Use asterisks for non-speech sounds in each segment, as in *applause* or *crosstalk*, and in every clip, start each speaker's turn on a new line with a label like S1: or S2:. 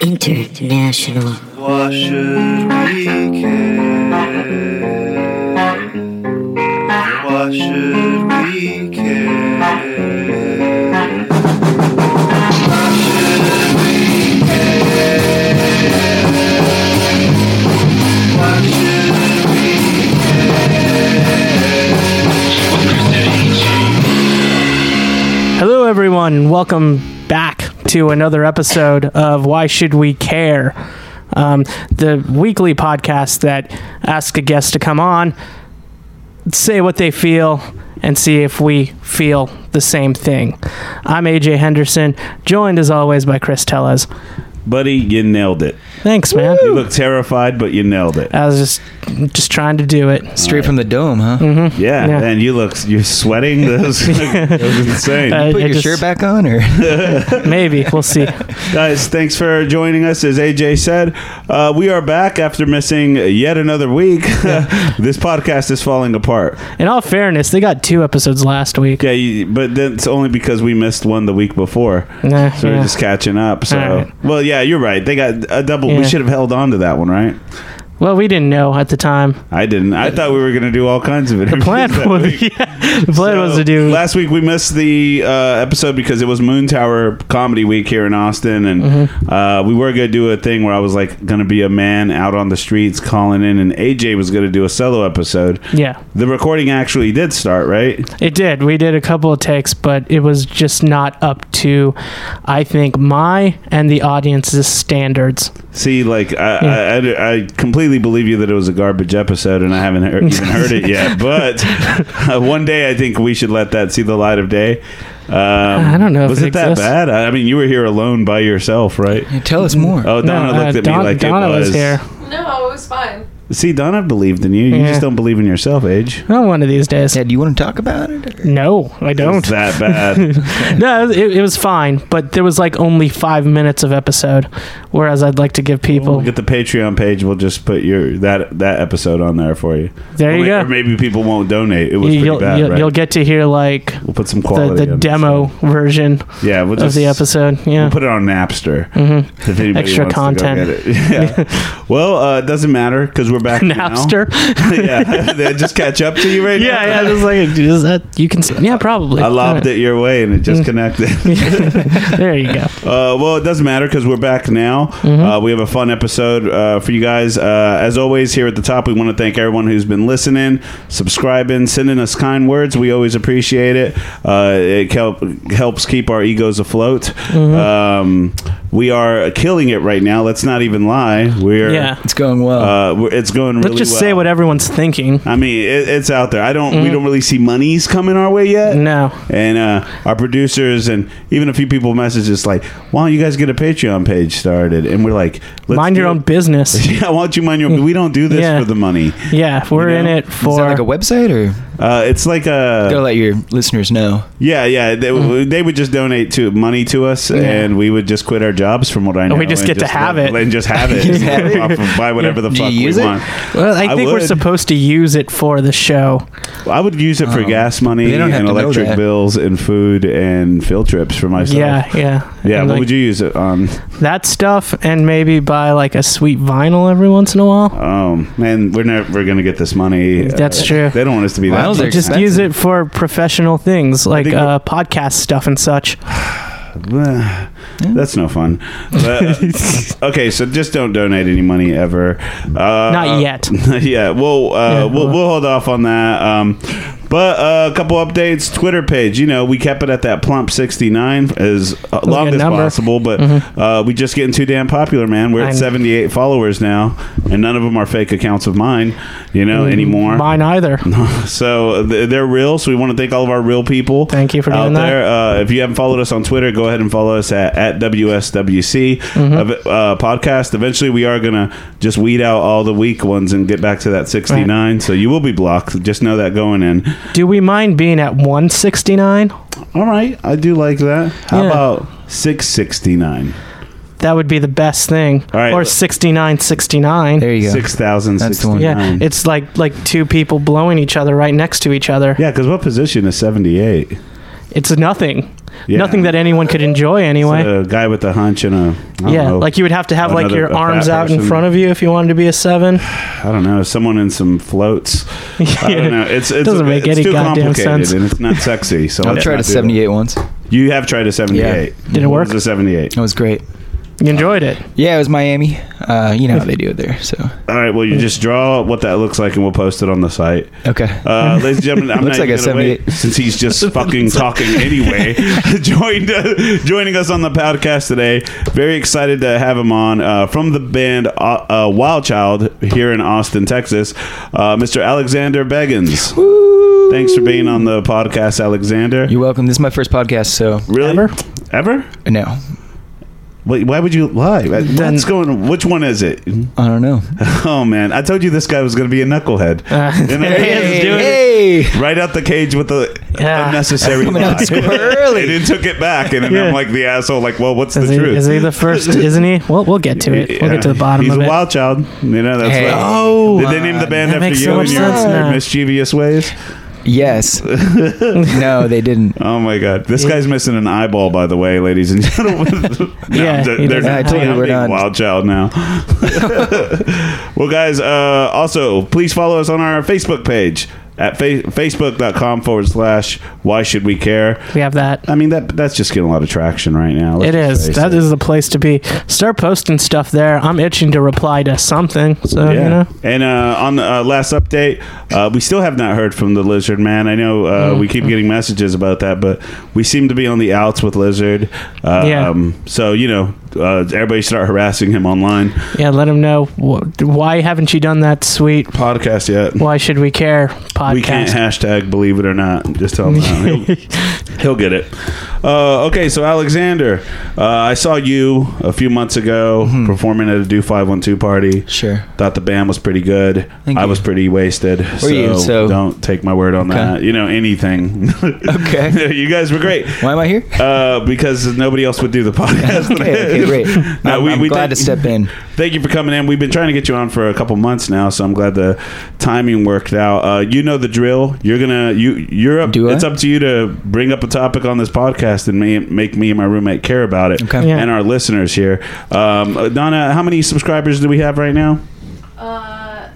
S1: International.
S2: Why should we care? Why should we care? Why should we care? Why should we
S3: Hello, everyone, and welcome back to another episode of Why Should We Care? Um, the weekly podcast that asks a guest to come on, say what they feel, and see if we feel the same thing. I'm AJ Henderson, joined as always by Chris Tellez.
S4: Buddy, you nailed it.
S3: Thanks, man.
S4: You look terrified, but you nailed it.
S3: I was just just trying to do it.
S5: Straight from the dome, huh?
S4: Yeah,
S3: Yeah.
S4: and you look you're sweating. *laughs* That was,
S3: *laughs*
S4: that was insane.
S3: Uh,
S5: Put
S3: I
S5: your
S3: just-
S5: shirt back on, or
S3: *laughs*
S5: *laughs*
S3: Maybe we'll see.
S4: Guys, thanks for joining us. As AJ said, uh, we are back after missing yet another week. *laughs* this podcast is falling apart.
S3: In all fairness, they got two episodes last week.
S4: Yeah, you, but that's only because we missed one the week before.
S3: Nah,
S4: So
S3: yeah.
S4: we're just catching up. So,
S3: All right.
S4: well, yeah, you're right. They got a double.
S3: Yeah.
S4: We should have held on to that one, right?
S3: Well, we didn't know at the time.
S4: I didn't. I thought we were going to do all kinds of it.
S3: The
S4: *laughs*
S3: plan *laughs* was, yeah, the *laughs* plan was
S4: So,
S3: to do
S4: Last week we missed the uh, episode because it was Moon Tower Comedy Week here in Austin, and
S3: Mm-hmm.
S4: uh, we were gonna do a thing where I was like gonna be a man out on the streets calling in, and AJ was gonna do a solo episode.
S3: yeah.
S4: The recording actually did start, right?
S3: It did. We did a couple of takes, but it was just not up to, I think, my and the audience's standards.
S4: See, like I, I, I, I completely believe you that it was a garbage episode, and I haven't heard, even heard
S3: *laughs*
S4: it yet. But uh, one day, I think we should let that see the light of day. Um, I
S3: don't know if
S4: Was
S3: it
S4: it, that
S3: exists.
S4: bad? I I mean, you were here alone by yourself, right?
S5: tell us more.
S4: Oh, Donna
S3: No, uh,
S4: looked at
S3: Don-
S4: me like
S3: Donna
S4: it was.
S3: was here.
S6: No, it was fine.
S4: See, Donna believed in you. You
S3: Yeah.
S4: just don't believe in yourself, Age.
S3: Well, Oh, one of these days.
S5: Yeah, do you want to talk about it? or-
S3: No, I don't.
S4: It's that
S3: *laughs*
S4: bad.
S3: No, it, it was fine, but there was like only five minutes of episode, whereas I'd like to give people.
S4: we'll get the Patreon page. We'll just put your that that episode on there for you.
S3: there you
S4: Or ma-
S3: go.
S4: Or maybe people won't donate. It was pretty
S3: You'll,
S4: bad,
S3: you'll,
S4: right?
S3: you'll get to hear like
S4: we'll put some
S3: the,
S4: quality.
S3: the
S4: on this.
S3: demo version
S4: Yeah, we'll
S3: of
S4: just,
S3: the episode. Yeah. Mm-hmm.
S4: We'll put it on Napster. *laughs* If anybody
S3: Extra
S4: wants to go
S3: content.
S4: get it. *laughs* Yeah. well, uh, it doesn't matter because we're back now.
S3: *laughs* Napster.
S4: *laughs* yeah, *laughs* they just catch up to you right now.
S3: yeah, yeah.
S4: *laughs*
S3: Just like is that you can? s- Yeah, probably.
S4: I lobbed it your way and it
S3: Mm.
S4: just connected.
S3: *laughs* There you go.
S4: Uh, well, it doesn't matter because we're back now.
S3: Mm-hmm.
S4: Uh, we have a fun episode uh, for you guys. Uh, as always, here at the top, we want to thank everyone who's been listening, subscribing, sending us kind words. We always appreciate it. Uh, it help, helps keep our egos afloat.
S3: Mm-hmm.
S4: Um, we are killing it right now. Let's not even lie. We're
S3: Yeah.
S5: It's going well.
S4: uh, we're, it's going really.
S3: Let's just
S4: well.
S3: say Mm-hmm. what everyone's thinking.
S4: I mean, it, it's out there. I don't. We don't really see monies coming our way yet
S3: No.
S4: and uh, our producers and even a few people messaged us like, "Why don't you guys get a Patreon page started?" And we're like, Let's
S3: Mind your
S4: do
S3: own
S4: it."
S3: business.
S4: Yeah, why don't *laughs* you mind your? own- We don't do this
S3: Yeah.
S4: for the money.
S3: Yeah, we're
S4: You know?
S3: in it
S5: Is
S3: for.
S5: that like a website, or
S4: Uh, it's like
S5: gotta
S4: a
S5: let your listeners know?
S4: yeah, yeah. They,
S3: Mm.
S4: they would just donate to money to us, and we would just quit our jobs. From what I know,
S3: we just get to have it.
S4: let- and
S3: *laughs*
S4: just have it. Off- buy whatever the
S5: Do you
S4: fuck
S5: use
S4: we
S5: it?
S4: want.
S3: well, I
S4: I
S3: think we're
S4: would.
S3: supposed to use it for the show.
S4: I would use it for
S5: Oh.
S4: gas money
S5: They don't have
S4: and
S5: to know
S4: electric
S5: that.
S4: bills and food and field trips for myself.
S3: Yeah, yeah,
S4: yeah.
S3: And,
S4: What
S3: like,
S4: would you use it on?
S3: that stuff, and maybe buy like a sweet vinyl every once in a while.
S4: Um, man, we're never gonna get this money. Uh,
S3: That's true.
S4: They don't want us to be that.
S5: Miles
S4: much.
S5: are
S3: Just
S5: expensive.
S3: use it for professional things like
S4: think we-
S3: uh, podcast stuff and such.
S4: Bleh. That's no fun. But, uh, okay, so just don't donate any money ever. Uh,
S3: Not
S4: *laughs*
S3: yet.
S4: yeah, we'll, uh,
S3: Yeah,
S4: we'll
S3: well-
S4: we'll hold off on that. Um, but uh, a couple updates. Twitter page. You know, we kept it at that plump sixty nine as uh, long
S3: good
S4: as
S3: number. Mm-hmm.
S4: possible. But uh, we just getting too damn popular, man. We're
S3: I
S4: at
S3: know.
S4: seventy eight followers now, and none of them are fake accounts of mine. You know anymore.
S3: Mm, Mine either.
S4: So uh, th- they're real. So we want to thank all of our real people.
S3: Thank you for
S4: out
S3: doing that.
S4: there. Uh, if you haven't followed us on Twitter, go ahead and follow us at, at WSWC
S3: Mm-hmm.
S4: ev- uh, podcast. Eventually, we are gonna just weed out all the weak ones and get back to that sixty nine. So you will be blocked. Just know that going in.
S3: Do we mind being at 169?
S4: All right, I do like that. How
S3: Yeah.
S4: about six sixty nine?
S3: That would be the best thing.
S4: All right.
S3: Or 6969.
S5: There you go.
S4: Six thousand
S5: That's the
S4: sixty
S5: one.
S3: yeah,
S4: nine.
S3: it's like like two people blowing each other right next to each other.
S4: Yeah, because what position is seventy eight?
S3: It's nothing.
S4: Yeah.
S3: Nothing that anyone could enjoy anyway.
S4: A guy with a hunch and a I don't
S3: yeah,
S4: know,
S3: like you would have to have like
S4: another-
S3: your
S4: a fat
S3: arms out in
S4: person.
S3: front of you if you wanted to be a seven.
S4: *laughs* I don't know someone in some floats.
S3: *laughs*
S4: I don't know. It's, it's
S3: Doesn't make
S4: it's
S3: any
S4: too
S3: goddamn
S4: complicated
S3: sense.
S4: and
S3: *laughs*
S4: it's not sexy. So
S5: I've
S4: let's
S5: tried
S4: not
S5: a
S4: do that.
S5: 78 once.
S4: You have tried a 78.
S5: Yeah.
S3: Did it
S4: What
S3: work?
S4: was a 78.
S5: It was great.
S3: You enjoyed it.
S5: Yeah, it was Miami. Uh, you know how they do it there. So
S4: All right. Well, you just draw what that looks like, and we'll post it on the site.
S5: okay.
S3: *laughs*
S4: Uh, ladies and gentlemen, I'm
S5: Looks
S4: not
S5: like a
S4: even gonna wait,
S5: 78.
S4: since he's
S5: *laughs*
S4: just fucking talking anyway. *laughs* joined uh, joining us on the podcast today. Very excited to have him on uh, from the band uh, uh, Wild Child here in Austin, Texas. Uh, Mr. Alexander Beggins. Thanks for being on the podcast, Alexander.
S5: You're welcome. This is my first podcast, so
S4: really
S3: Ever?
S4: Ever?
S5: no,
S4: Wait, why would you lie? Uh, What's going? Which one
S3: *laughs*
S4: is it?
S5: I don't know.
S4: Oh man, I told you this guy was going to be a knucklehead.
S3: Uh,
S4: You know,
S3: there he is doing it.
S5: hey,
S4: right out the cage with the
S3: Yeah.
S4: unnecessary
S5: Coming
S4: lie.
S5: out the square *laughs*
S4: *laughs*
S5: early.
S4: and then took it back, and then
S3: Yeah.
S4: I'm like the asshole. Like, well, what's
S3: Is
S4: the
S3: he,
S4: truth?
S3: is he the first? Isn't he? Well, we'll get to it. We'll get to the
S4: Yeah.
S3: bottom
S4: He's
S3: of
S4: a
S3: it. uh,
S4: wild child. You know that's
S5: Hey,
S4: what.
S5: Oh,
S4: did they name the band
S5: man.
S3: That
S4: after
S3: makes so
S4: you and
S3: much
S4: your,
S3: sense
S4: your
S3: now.
S4: mischievous ways? *laughs*
S5: yes. no, they didn't.
S4: Oh my god, this
S3: Yeah.
S4: guy's missing an eyeball, by the way, ladies and gentlemen. *laughs*
S3: *laughs*
S4: No,
S3: Yeah,
S4: they're-
S3: he
S4: they're-
S3: doesn't
S5: I told you
S4: I'm
S5: we're
S4: being
S5: not-
S4: wild child now. *laughs* well, guys, uh, also please follow us on our Facebook page at fa- facebook.com forward slash why should we care.
S3: We have that.
S4: I mean that that's just getting a lot of traction right now.
S3: It is. That is the place to be. Start posting stuff there. I'm itching to reply to something. So
S4: Yeah.
S3: you know.
S4: And uh, on the uh, last update, uh, we still have not heard from the lizard man. I know uh,
S3: Mm.
S4: we keep getting messages about that, but we seem to be on the outs with lizard. Uh,
S3: Yeah.
S4: Um, so you know, uh, everybody start harassing him online.
S3: Yeah, let him know wh- why haven't you done that, sweet?
S4: Podcast yet?
S3: Why should we care? Podcast.
S4: We can't hashtag believe it or not. Just tell him that. He'll,
S3: *laughs*
S4: he'll get it. Uh, okay, so Alexander, uh, I saw you a few months ago
S3: Mm-hmm.
S4: performing at a Do Five One Two party.
S5: Sure.
S4: Thought the band was pretty good.
S5: Thank
S4: I
S5: you.
S4: was pretty wasted. so,
S5: you? So-
S4: don't take my word on
S5: Okay.
S4: that. You know anything? *laughs*
S5: Okay.
S4: you guys were great.
S5: Why am I here?
S4: Uh, because nobody else would do the podcast.
S5: *laughs* Okay,
S4: *laughs*
S5: okay, great. I'm, I'm glad
S4: thank-
S5: to step in.
S4: *laughs* Thank you for coming in. We've been trying to get you on for a couple months now, so I'm glad the timing worked out. Uh, you know the drill. You're gonna you you're up.
S5: Do I?
S4: it's up to you to bring up a topic on this podcast and may, make me and my roommate care about it
S5: Okay.
S3: Yeah.
S4: and our listeners here. Um, uh, Donna, how many subscribers do we have right now?
S1: Uh,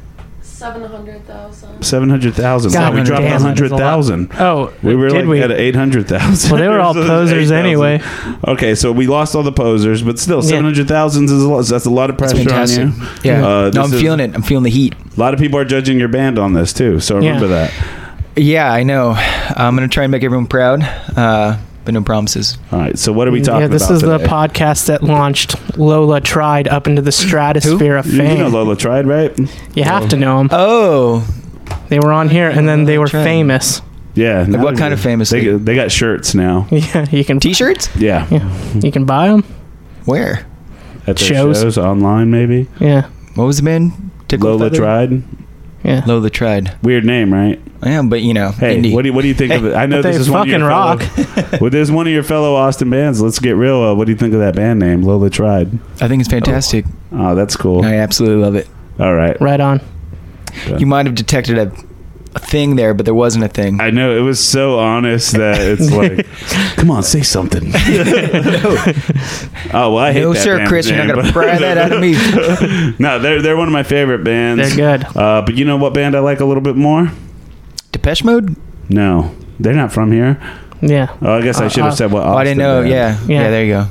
S1: 700,000.
S4: Seven hundred thousand.
S3: God
S4: we dropped
S3: damn, that is a lot.
S4: hundred thousand.
S3: Oh,
S4: We were
S3: did
S4: like
S3: we?
S4: at eight hundred thousand.
S3: Well, they
S4: *laughs*
S3: were all posers anyway.
S4: Okay, so we lost all the posers, but still,
S3: Yeah.
S4: seven hundred thousand is a lot. That's a lot of
S5: That's
S4: pressure
S5: fantastic.
S4: on you.
S5: Yeah.
S4: Uh,
S5: no,
S4: this
S5: I'm
S4: is-
S5: feeling it. I'm feeling the heat.
S4: A lot of people are judging your band on this too, so remember
S3: Yeah.
S4: that.
S5: Yeah, I know. I'm gonna try and make everyone proud, uh, but no promises.
S4: All right, so what are we talking
S3: yeah, this
S4: about
S3: is
S4: today?
S3: the podcast that launched Lola Tried up into the stratosphere of
S4: You,
S3: fame.
S4: you know Lola tried, right?
S3: You have to know them.
S5: Oh,
S3: They were on here, and then they were
S5: Tried.
S3: famous. *laughs*
S4: Yeah. now
S5: what
S4: they-
S5: kind of famous?
S4: They, they got shirts now.
S3: Yeah, you can
S5: T-shirts?
S4: Yeah. Hmm.
S3: you can buy them.
S5: Where?
S4: At their shows.
S3: Shows.
S4: online, maybe.
S3: Yeah,
S5: What was the band? Tickle
S4: Lola
S5: Feather?
S4: tried.
S3: yeah.
S5: Lola tried.
S4: Weird name, right?
S5: I am, but you know,
S4: Hey,
S5: indie.
S4: what do you, what do you think of it? I know
S3: But
S4: this
S3: they
S4: is one of
S3: fucking
S4: your
S3: rock.
S4: Fellow, well, there's one of your fellow Austin bands. Let's get real. Uh, what do you think of that band name, Lola Tried?
S5: I think it's fantastic.
S4: Oh, that's cool.
S5: I absolutely love it.
S4: All right.
S3: Right on.
S5: You might have detected a, a thing there, but there wasn't a thing.
S4: I know it was so honest that
S5: *laughs*
S4: it's like, come on, say something. Oh well, I hate
S5: no,
S4: that
S5: sir,
S4: band
S5: Chris, you're
S4: name,
S5: not gonna
S4: but-
S5: pry that
S4: *laughs*
S5: out of me.
S4: no, they're they're one of my favorite bands.
S3: They're good.
S4: Uh, but you know what band I like a little bit more?
S5: Depeche Mode?
S4: No, they're not from here.
S3: Yeah.
S4: Oh, I guess I should have
S3: Uh,
S4: said what.
S5: Oh, I didn't
S4: Austin band.
S5: know. Yeah.
S3: Yeah.
S5: yeah, There you go.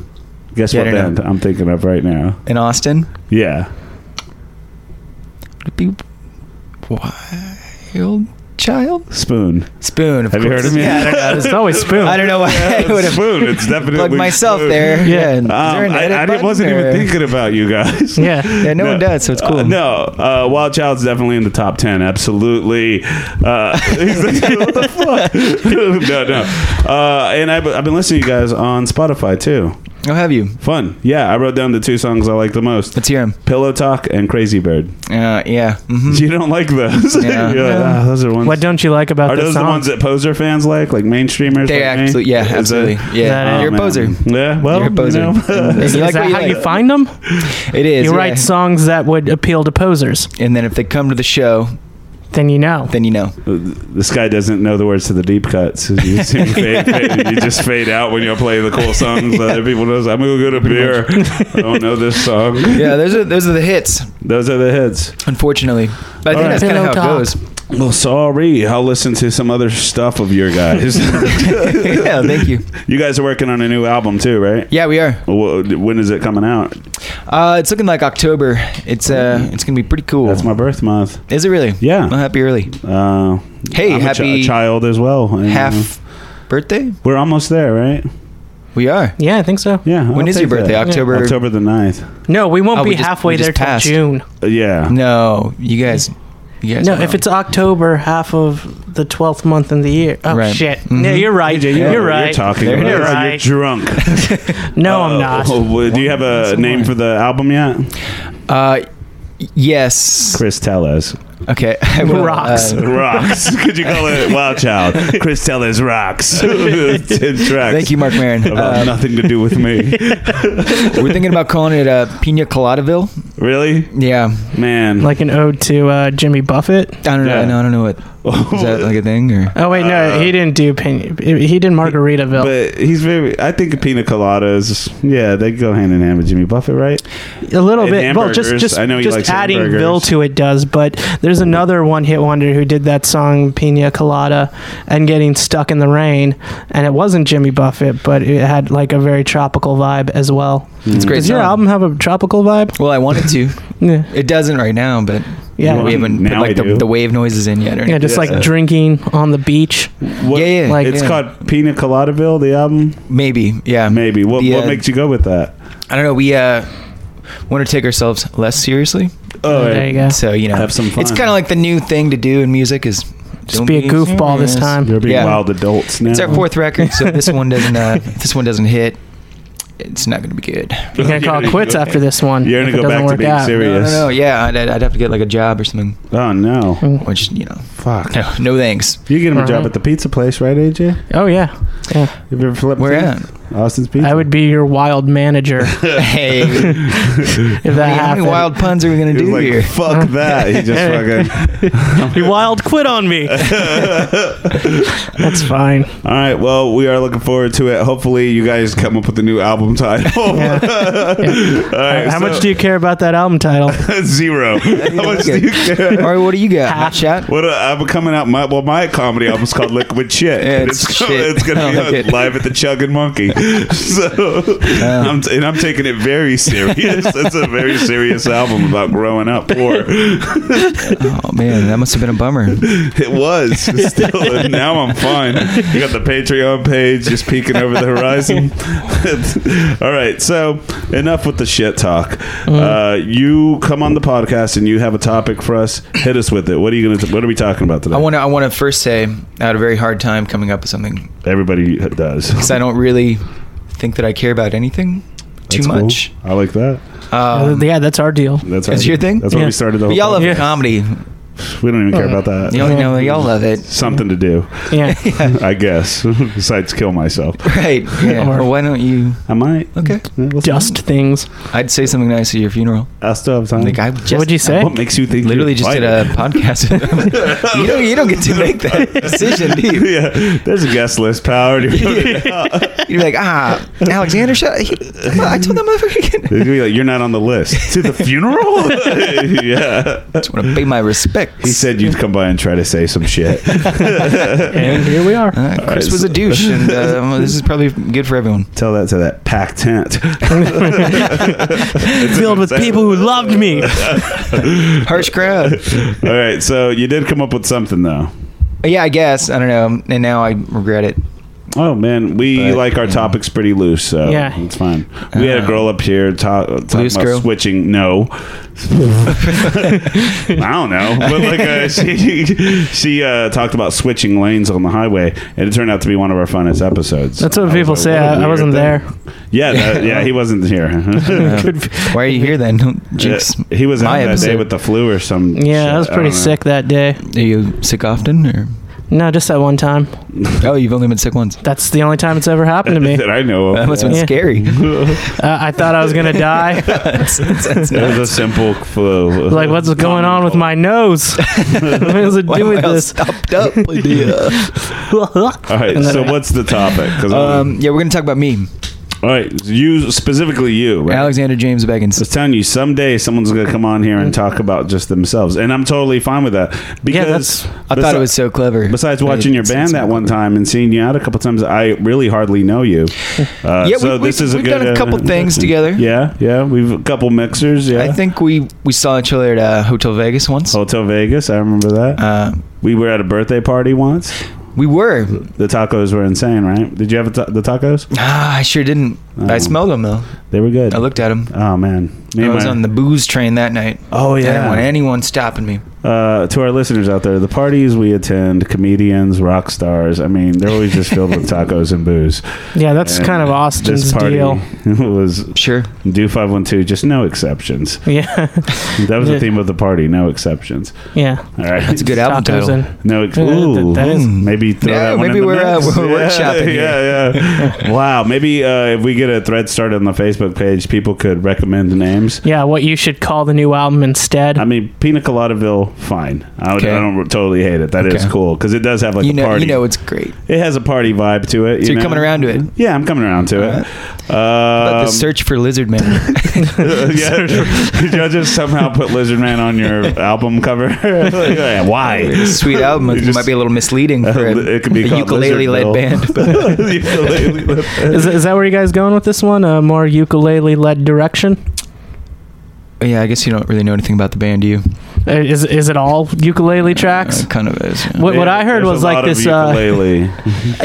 S4: Guess
S5: Yeah,
S4: what
S5: I don't
S4: band
S5: know.
S4: I'm thinking of right now?
S5: In Austin,
S4: Yeah.
S5: would it be Wild Child
S4: Spoon.
S5: Spoon? Of
S4: Have you
S5: course.
S4: heard of me?
S5: Yeah, I don't know. *laughs*
S3: It's
S4: *laughs*
S3: always spoon.
S5: I don't know why *laughs* I would have
S4: Spoon. It's definitely
S5: plugged myself
S4: Spoon.
S5: there.
S3: Yeah.
S5: Yeah, and- is
S4: Um,
S5: there an
S4: I,
S5: edit
S4: I didn't-
S5: button,
S4: wasn't even
S5: or-
S4: thinking about you guys.
S3: Yeah.
S4: *laughs*
S5: Yeah, no, one does, so it's cool.
S4: Uh, no, uh, Wild Child's definitely in the top ten. Absolutely. Uh, *laughs* he's like, what the fuck? *laughs* no, no. Uh, and I've, I've been listening to you guys on Spotify too.
S5: I'll have you.
S4: Fun. Yeah, I wrote down the two songs I like the most:
S5: Let's hear him.
S4: Pillow Talk and Crazy Bird. *laughs*
S5: Uh, yeah. hmm
S4: You don't like those?
S5: Yeah.
S4: *laughs* You're like, "Ah, those are ones.
S3: What don't you like about
S4: are
S3: this
S4: those the
S3: song?
S4: ones that poser fans like, like mainstreamers?
S5: They
S4: like me?
S5: actually, yeah,
S4: Is that-
S5: absolutely.
S3: that
S5: yeah,
S3: it?
S5: you're
S4: Oh,
S5: a
S4: man.
S5: poser.
S4: Yeah, well,
S5: You're a poser.
S4: You
S5: *laughs*
S4: know.
S5: And
S3: is
S5: you
S3: is
S5: like
S3: that
S5: what
S3: how you
S5: like.
S3: find them?
S5: It is.
S3: You
S5: yeah.
S3: write songs that would appeal to posers.
S5: and then if they come to the show,
S3: then you know.
S5: Then you
S3: *laughs*
S5: know.
S4: This guy doesn't know the words to the deep cuts. You just,
S5: *laughs*
S4: you fade, fade- you just fade out when you play the cool songs that other people knows. I'm gonna go get a beer. *laughs* I don't know this song.
S5: Yeah, those are those are the hits.
S4: Those are the hits.
S5: Unfortunately, but I think
S4: right.
S5: that's kind
S3: Pillow
S5: of how
S3: talk.
S5: it goes.
S4: Well, sorry. I'll listen to some other stuff of your guys.
S5: *laughs* yeah, thank you.
S4: you guys are working on a new album too, right?
S5: Yeah, we are.
S4: Well, When is it coming out?
S5: Uh, it's looking like October. It's uh, it's gonna be pretty cool.
S4: Mm-hmm. That's my birth month.
S5: Is it really?
S4: Yeah.
S5: Well, happy early.
S4: Uh,
S5: Hey,
S4: I'm a chi-
S5: happy
S4: a child as well. And, uh,
S5: half birthday.
S4: We're almost there, right?
S5: We are.
S3: Yeah, I think so.
S4: Yeah.
S5: When
S4: I'll
S5: is your
S4: take
S5: birthday?
S4: that.
S5: October.
S4: October the 9th.
S3: No, we won't
S5: Oh,
S3: be
S5: we just-
S3: halfway
S5: we just
S3: there till
S5: passed.
S3: June.
S4: Uh, yeah.
S5: No, you guys. You guys.
S3: No,
S5: are
S3: if
S5: wrong.
S3: it's October, half of the twelfth month in the year. Oh
S5: Right.
S3: shit!
S5: Mhm.
S3: Yeah, you're right.
S4: AJ, you know
S3: you're
S4: what
S3: right.
S4: You're talking
S5: There
S4: about.
S5: it
S3: is.
S4: You're
S3: Right.
S4: drunk.
S5: *laughs*
S3: No,
S4: Uh,
S3: I'm not.
S4: oh, well, do you have a
S5: Some
S4: name
S5: more.
S4: for the album yet?
S5: Uh, yes.
S4: Chris Tellez
S5: Okay. *laughs* I will,
S3: Rocks.
S4: *laughs*
S5: uh,
S4: rocks. *laughs* Could you call it
S3: *laughs*
S4: Wild Child? Chris Tellez rocks. *laughs* Ten tracks.
S5: thank you, Mark
S4: *laughs*
S5: Maron.
S4: About
S5: Uh,
S4: nothing to do with
S5: *laughs*
S4: me.
S5: we're thinking about calling it uh, Pina Coladaville.
S4: really,
S5: Yeah.
S4: man. *laughs*
S3: Like an ode to uh, Jimmy Buffett.
S5: I don't know.
S4: Yeah.
S5: I, know I don't know what is that like a thing or.
S3: Oh wait, no,
S4: Uh,
S3: he didn't do Pin- he did Margaritaville.
S4: but he's very. I think pina coladas. Yeah, they go hand in hand with Jimmy Buffett, right?
S3: A little
S4: And
S3: bit. Well, just
S4: hamburgers.
S3: just
S4: I know he
S3: just
S4: likes
S3: adding
S4: hamburgers.
S3: Bill to it does, but there's another one hit wonder who did that song Pina Colada and getting stuck in the rain, and it wasn't Jimmy Buffett, but it had like a very tropical vibe as well.
S5: It's a
S4: Mm.
S5: great.
S3: Does your
S4: um,
S5: song.
S3: album have a tropical vibe?
S5: Well, I wanted to.
S3: Yeah,
S5: It doesn't right now, but
S3: yeah,
S5: we haven't put
S4: Now I
S5: like
S4: do.
S5: the, the wave noises in yet. Or
S3: yeah. Just
S4: Yeah.
S3: like drinking on the beach.
S4: What-
S5: yeah, yeah.
S3: like-
S4: it's
S5: yeah.
S4: called Pina Coladaville, the album.
S5: maybe. Yeah,
S4: Maybe. What
S5: The,
S4: what
S5: uh,
S4: makes you go with that?
S5: I don't know. We uh, want to take ourselves less seriously,
S4: Oh,
S3: there you go.
S5: so you know,
S4: Have some fun.
S5: It's kind of like the new thing to do in music is
S3: Just be a goofball this time.
S4: You're being
S5: Yeah.
S4: wild adults now.
S5: It's our fourth record, so if this one doesn't. Uh, if this one doesn't hit. It's not going to be good.
S3: You're gonna call it quits after this one.
S4: You're gonna
S3: if it
S4: go
S3: doesn't
S4: back to
S3: work
S4: being
S3: out.
S5: No,
S4: serious.
S5: no, no, yeah, I'd, I'd have to get like a job or something,
S4: Oh no!
S5: which you know,
S4: Fuck.
S5: no, no thanks.
S4: You get him a
S3: Right.
S4: job at the pizza place, right, AJ?
S3: Oh yeah, yeah.
S4: Have you ever flipped?
S5: Where
S4: *laughs* things? Austin's Pizza.
S3: I would be your wild
S4: *laughs*
S3: manager
S5: *laughs* hey, how
S3: if that
S5: many, how many
S3: happened.
S5: wild puns are we going
S4: He was
S5: to do
S4: like, *laughs*
S5: here? *laughs*
S4: fuck that. He just fucking.
S3: you wild quit on
S4: *laughs*
S3: me. That's fine.
S4: All right. Well, we are looking forward to it. Hopefully, you guys come up with a new album title. *laughs*
S3: Yeah.
S4: All right.
S3: How much do you care about that album title?
S4: you *laughs* zero? How much do
S5: Okay.
S4: you care?
S5: All right, what do you got?
S3: Half.
S5: Hot shot.
S4: What uh, I'm coming out. My well, my comedy album's called Liquid
S5: *laughs*
S4: Shit.
S5: Yeah,
S4: and
S5: it's
S4: gonna-
S5: shit.
S4: it's gonna
S5: *laughs* I
S4: be
S5: like
S4: on
S5: it.
S4: live at the Chug and Monkey. *laughs* So, I'm t- and I'm taking it very serious. *laughs* it's a very serious album about growing up poor.
S5: Oh man, that must have been a bummer.
S4: *laughs* It was still. and now I'm fine. You got the Patreon page just peeking over the horizon. *laughs* All right, so enough with the shit talk.
S5: Mm-hmm.
S4: Uh, you come on the podcast and you have a topic for us. Hit us with it. What are you gonna? what are we talking about today?
S5: I want to. I want to first say I had a very hard time coming up with something
S4: Everybody does
S5: because I don't really think that I care about anything too
S4: That's cool.
S5: much.
S4: I like that.
S5: Um,
S3: Uh, yeah, that's our deal.
S4: That's
S5: That's
S4: how-
S5: your thing?
S4: That's why
S3: Yeah.
S4: we started the
S5: but
S4: whole.
S5: y'all love
S3: Yeah.
S5: comedy.
S4: podcast. We don't even care about that.
S5: Y'all know y'all love it, *laughs*
S4: *laughs* Something to do,
S3: Yeah.
S4: I guess. *laughs* Besides kill myself,
S5: right? Yeah.
S3: Or-
S5: Well, why don't you?
S4: I might.
S5: Okay,
S4: Yeah, we'll see.
S3: Dust things.
S5: I'd say something nice at your funeral.
S4: I still have time.
S5: Like I just
S3: What'd you say?
S4: *laughs* what makes you think? you're
S5: literally just did
S4: invited?
S5: a podcast. *laughs* you don't. You don't get to make
S4: *laughs*
S5: that decision, do you?
S4: yeah, there's a guest list, *laughs* power. You're
S5: You're like, ah, Alexander. Shut. He, come on, I told that motherfucker. *laughs*
S4: like, you're not on the list. To the funeral? *laughs* yeah.
S5: Just want to pay my respects.
S4: He said you'd come by and try to say some
S5: *laughs*
S4: shit.
S3: *laughs* And here we are.
S5: Uh, Chris
S4: right,
S5: was a
S4: so-
S5: douche, and
S4: *laughs*
S5: uh, well, this is probably good for everyone.
S4: Tell that to that packed tent.
S5: *laughs*
S3: Filled with people who loved
S4: *laughs*
S3: me.
S5: Harsh crowd.
S4: All right, so you did come up with something though.
S5: Yeah, I guess. I don't know. And now I regret it.
S4: Oh man, we
S5: But,
S4: like our
S5: yeah.
S4: topics pretty loose, so
S3: Yeah.
S4: it's fine. We had a
S5: Uh,
S4: girl up here talk, talking
S5: Loose
S4: about
S5: girl?
S4: switching. No,
S5: *laughs*
S4: I don't know, but like uh,
S5: *laughs*
S4: she she uh, talked about switching lanes on the highway, and it turned out to be one of our funnest episodes.
S3: That's what
S4: I was
S3: people
S4: like,
S3: say.
S4: what a
S3: I, I
S4: weird
S3: wasn't
S4: thing.
S3: there.
S4: Yeah,
S5: *laughs*
S4: that, yeah, he wasn't here.
S3: *laughs*
S4: *laughs*
S5: Uh, why are you here then? Don't jinx.
S4: Yeah, he was out
S5: my
S4: that day
S5: episode.
S4: with the flu or some.
S3: Yeah,
S4: shit.
S3: that was
S4: I
S3: pretty
S4: don't know.
S3: sick that day.
S5: Are you sick often? Or
S3: No, just that one time.
S5: Oh, you've only been sick once.
S3: That's the only time it's ever happened to me.
S4: *laughs* that I know
S5: That
S4: of.
S5: must have been
S3: Yeah.
S4: *laughs*
S5: scary.
S3: Uh, I thought I was gonna die.
S5: It's- it's- it's
S4: It was
S5: nuts.
S4: a simple flu.
S3: like, what's going on with my
S5: *laughs*
S3: nose? what is it
S5: Why am
S3: doing
S5: I all
S3: this?
S5: Stopped
S4: *laughs*
S5: up. Lydia?
S4: All right,
S3: And then
S4: so
S3: I-
S4: what's the topic? 'Cause I'm-
S5: um, yeah, we're gonna talk about me,
S4: all right, you specifically you. Right?
S5: Alexander James
S4: I was
S5: Beggins.
S4: telling you, someday someone's gonna come on here and
S5: Mm-hmm.
S4: talk about just themselves, and I'm totally fine with that. Because
S3: that's-
S5: I thought it was so clever.
S4: Besides watching your
S5: It's-
S4: band
S5: it's
S4: that one
S5: clever.
S4: time and seeing you out a couple times, I really hardly know you. Uh,
S5: Yeah,
S4: so
S5: we-
S4: this
S5: we-
S4: is a
S5: we've
S4: good,
S5: done a couple
S4: uh, *laughs*
S5: things together.
S4: Yeah, yeah, we've a couple mixers. Yeah,
S5: I think we we saw each other at uh, Hotel Vegas once.
S4: Hotel Vegas. I remember that.
S5: Uh,
S4: we were at a birthday party once.
S5: we were.
S4: The tacos were insane, right? Did you have a ta- the tacos?
S5: Ah, I sure didn't.
S4: Oh.
S5: I smelled them though.
S4: They were good.
S5: I looked at them.
S4: Oh man, Me
S5: I
S4: and
S5: was
S4: my-
S5: on the booze train that night.
S4: Oh
S5: I didn't want
S4: yeah.
S5: anyone stopping me.
S4: Uh, to our listeners out there, the parties we attend, comedians, rock stars. I mean, they're always just filled with tacos and booze.
S3: Yeah, that's
S4: And
S3: kind of Austin's
S4: this party
S3: deal.
S4: *laughs* was
S5: Sure.
S4: do five one two. Just no exceptions.
S3: Yeah, *laughs*
S4: That was the
S3: Yeah.
S4: theme of the party. No exceptions.
S3: yeah.
S4: All right.
S5: That's a good album
S3: Tacos
S5: title.
S3: and-
S4: *laughs* No. Ex-
S3: Yeah, that-
S4: ooh.
S3: that is-
S4: Maybe throw
S5: Yeah,
S4: that one
S5: maybe
S4: in the
S5: we're, uh,
S4: mix.
S5: we're workshopping here.
S4: Yeah,
S5: *laughs*
S4: yeah. wow. Maybe uh, if we get a thread started on the Facebook page, people could recommend names.
S3: Yeah, what you should call the new album instead.
S4: I mean, Pina Coladaville, fine. I, would,
S5: Okay.
S4: I don't totally hate it. That is
S5: Okay.
S4: cool because it does have like
S5: you
S4: a
S5: know,
S4: party.
S5: you know, it's great.
S4: it has a party vibe to it.
S5: So
S4: you
S5: you're
S4: know?
S5: coming around to it.
S4: Yeah, I'm coming around to it.
S5: But
S4: Um,
S5: the search for Lizard
S4: *laughs*
S5: Man. *laughs*
S4: yeah. Did y'all just somehow put Lizard Man on your album cover? *laughs* *laughs* Yeah,
S5: *laughs*
S4: Why?
S5: Sweet album.
S4: You
S5: It
S4: just-
S5: might be a little misleading for
S4: *laughs*
S5: a,
S4: It could be
S5: a
S4: called
S5: ukulele led band.
S4: *laughs* Lizardville. Ukulele-led band.
S3: is, is that where you guys going with this one? A more ukulele led direction?
S5: *laughs* yeah, I guess you don't really know anything about the band, do you?
S3: Uh, Is is it all ukulele tracks?
S5: Uh, kind of is. yeah.
S3: What, what I heard was
S4: There's a
S3: like
S4: lot of
S3: this. Uh,
S4: ukulele.
S3: you,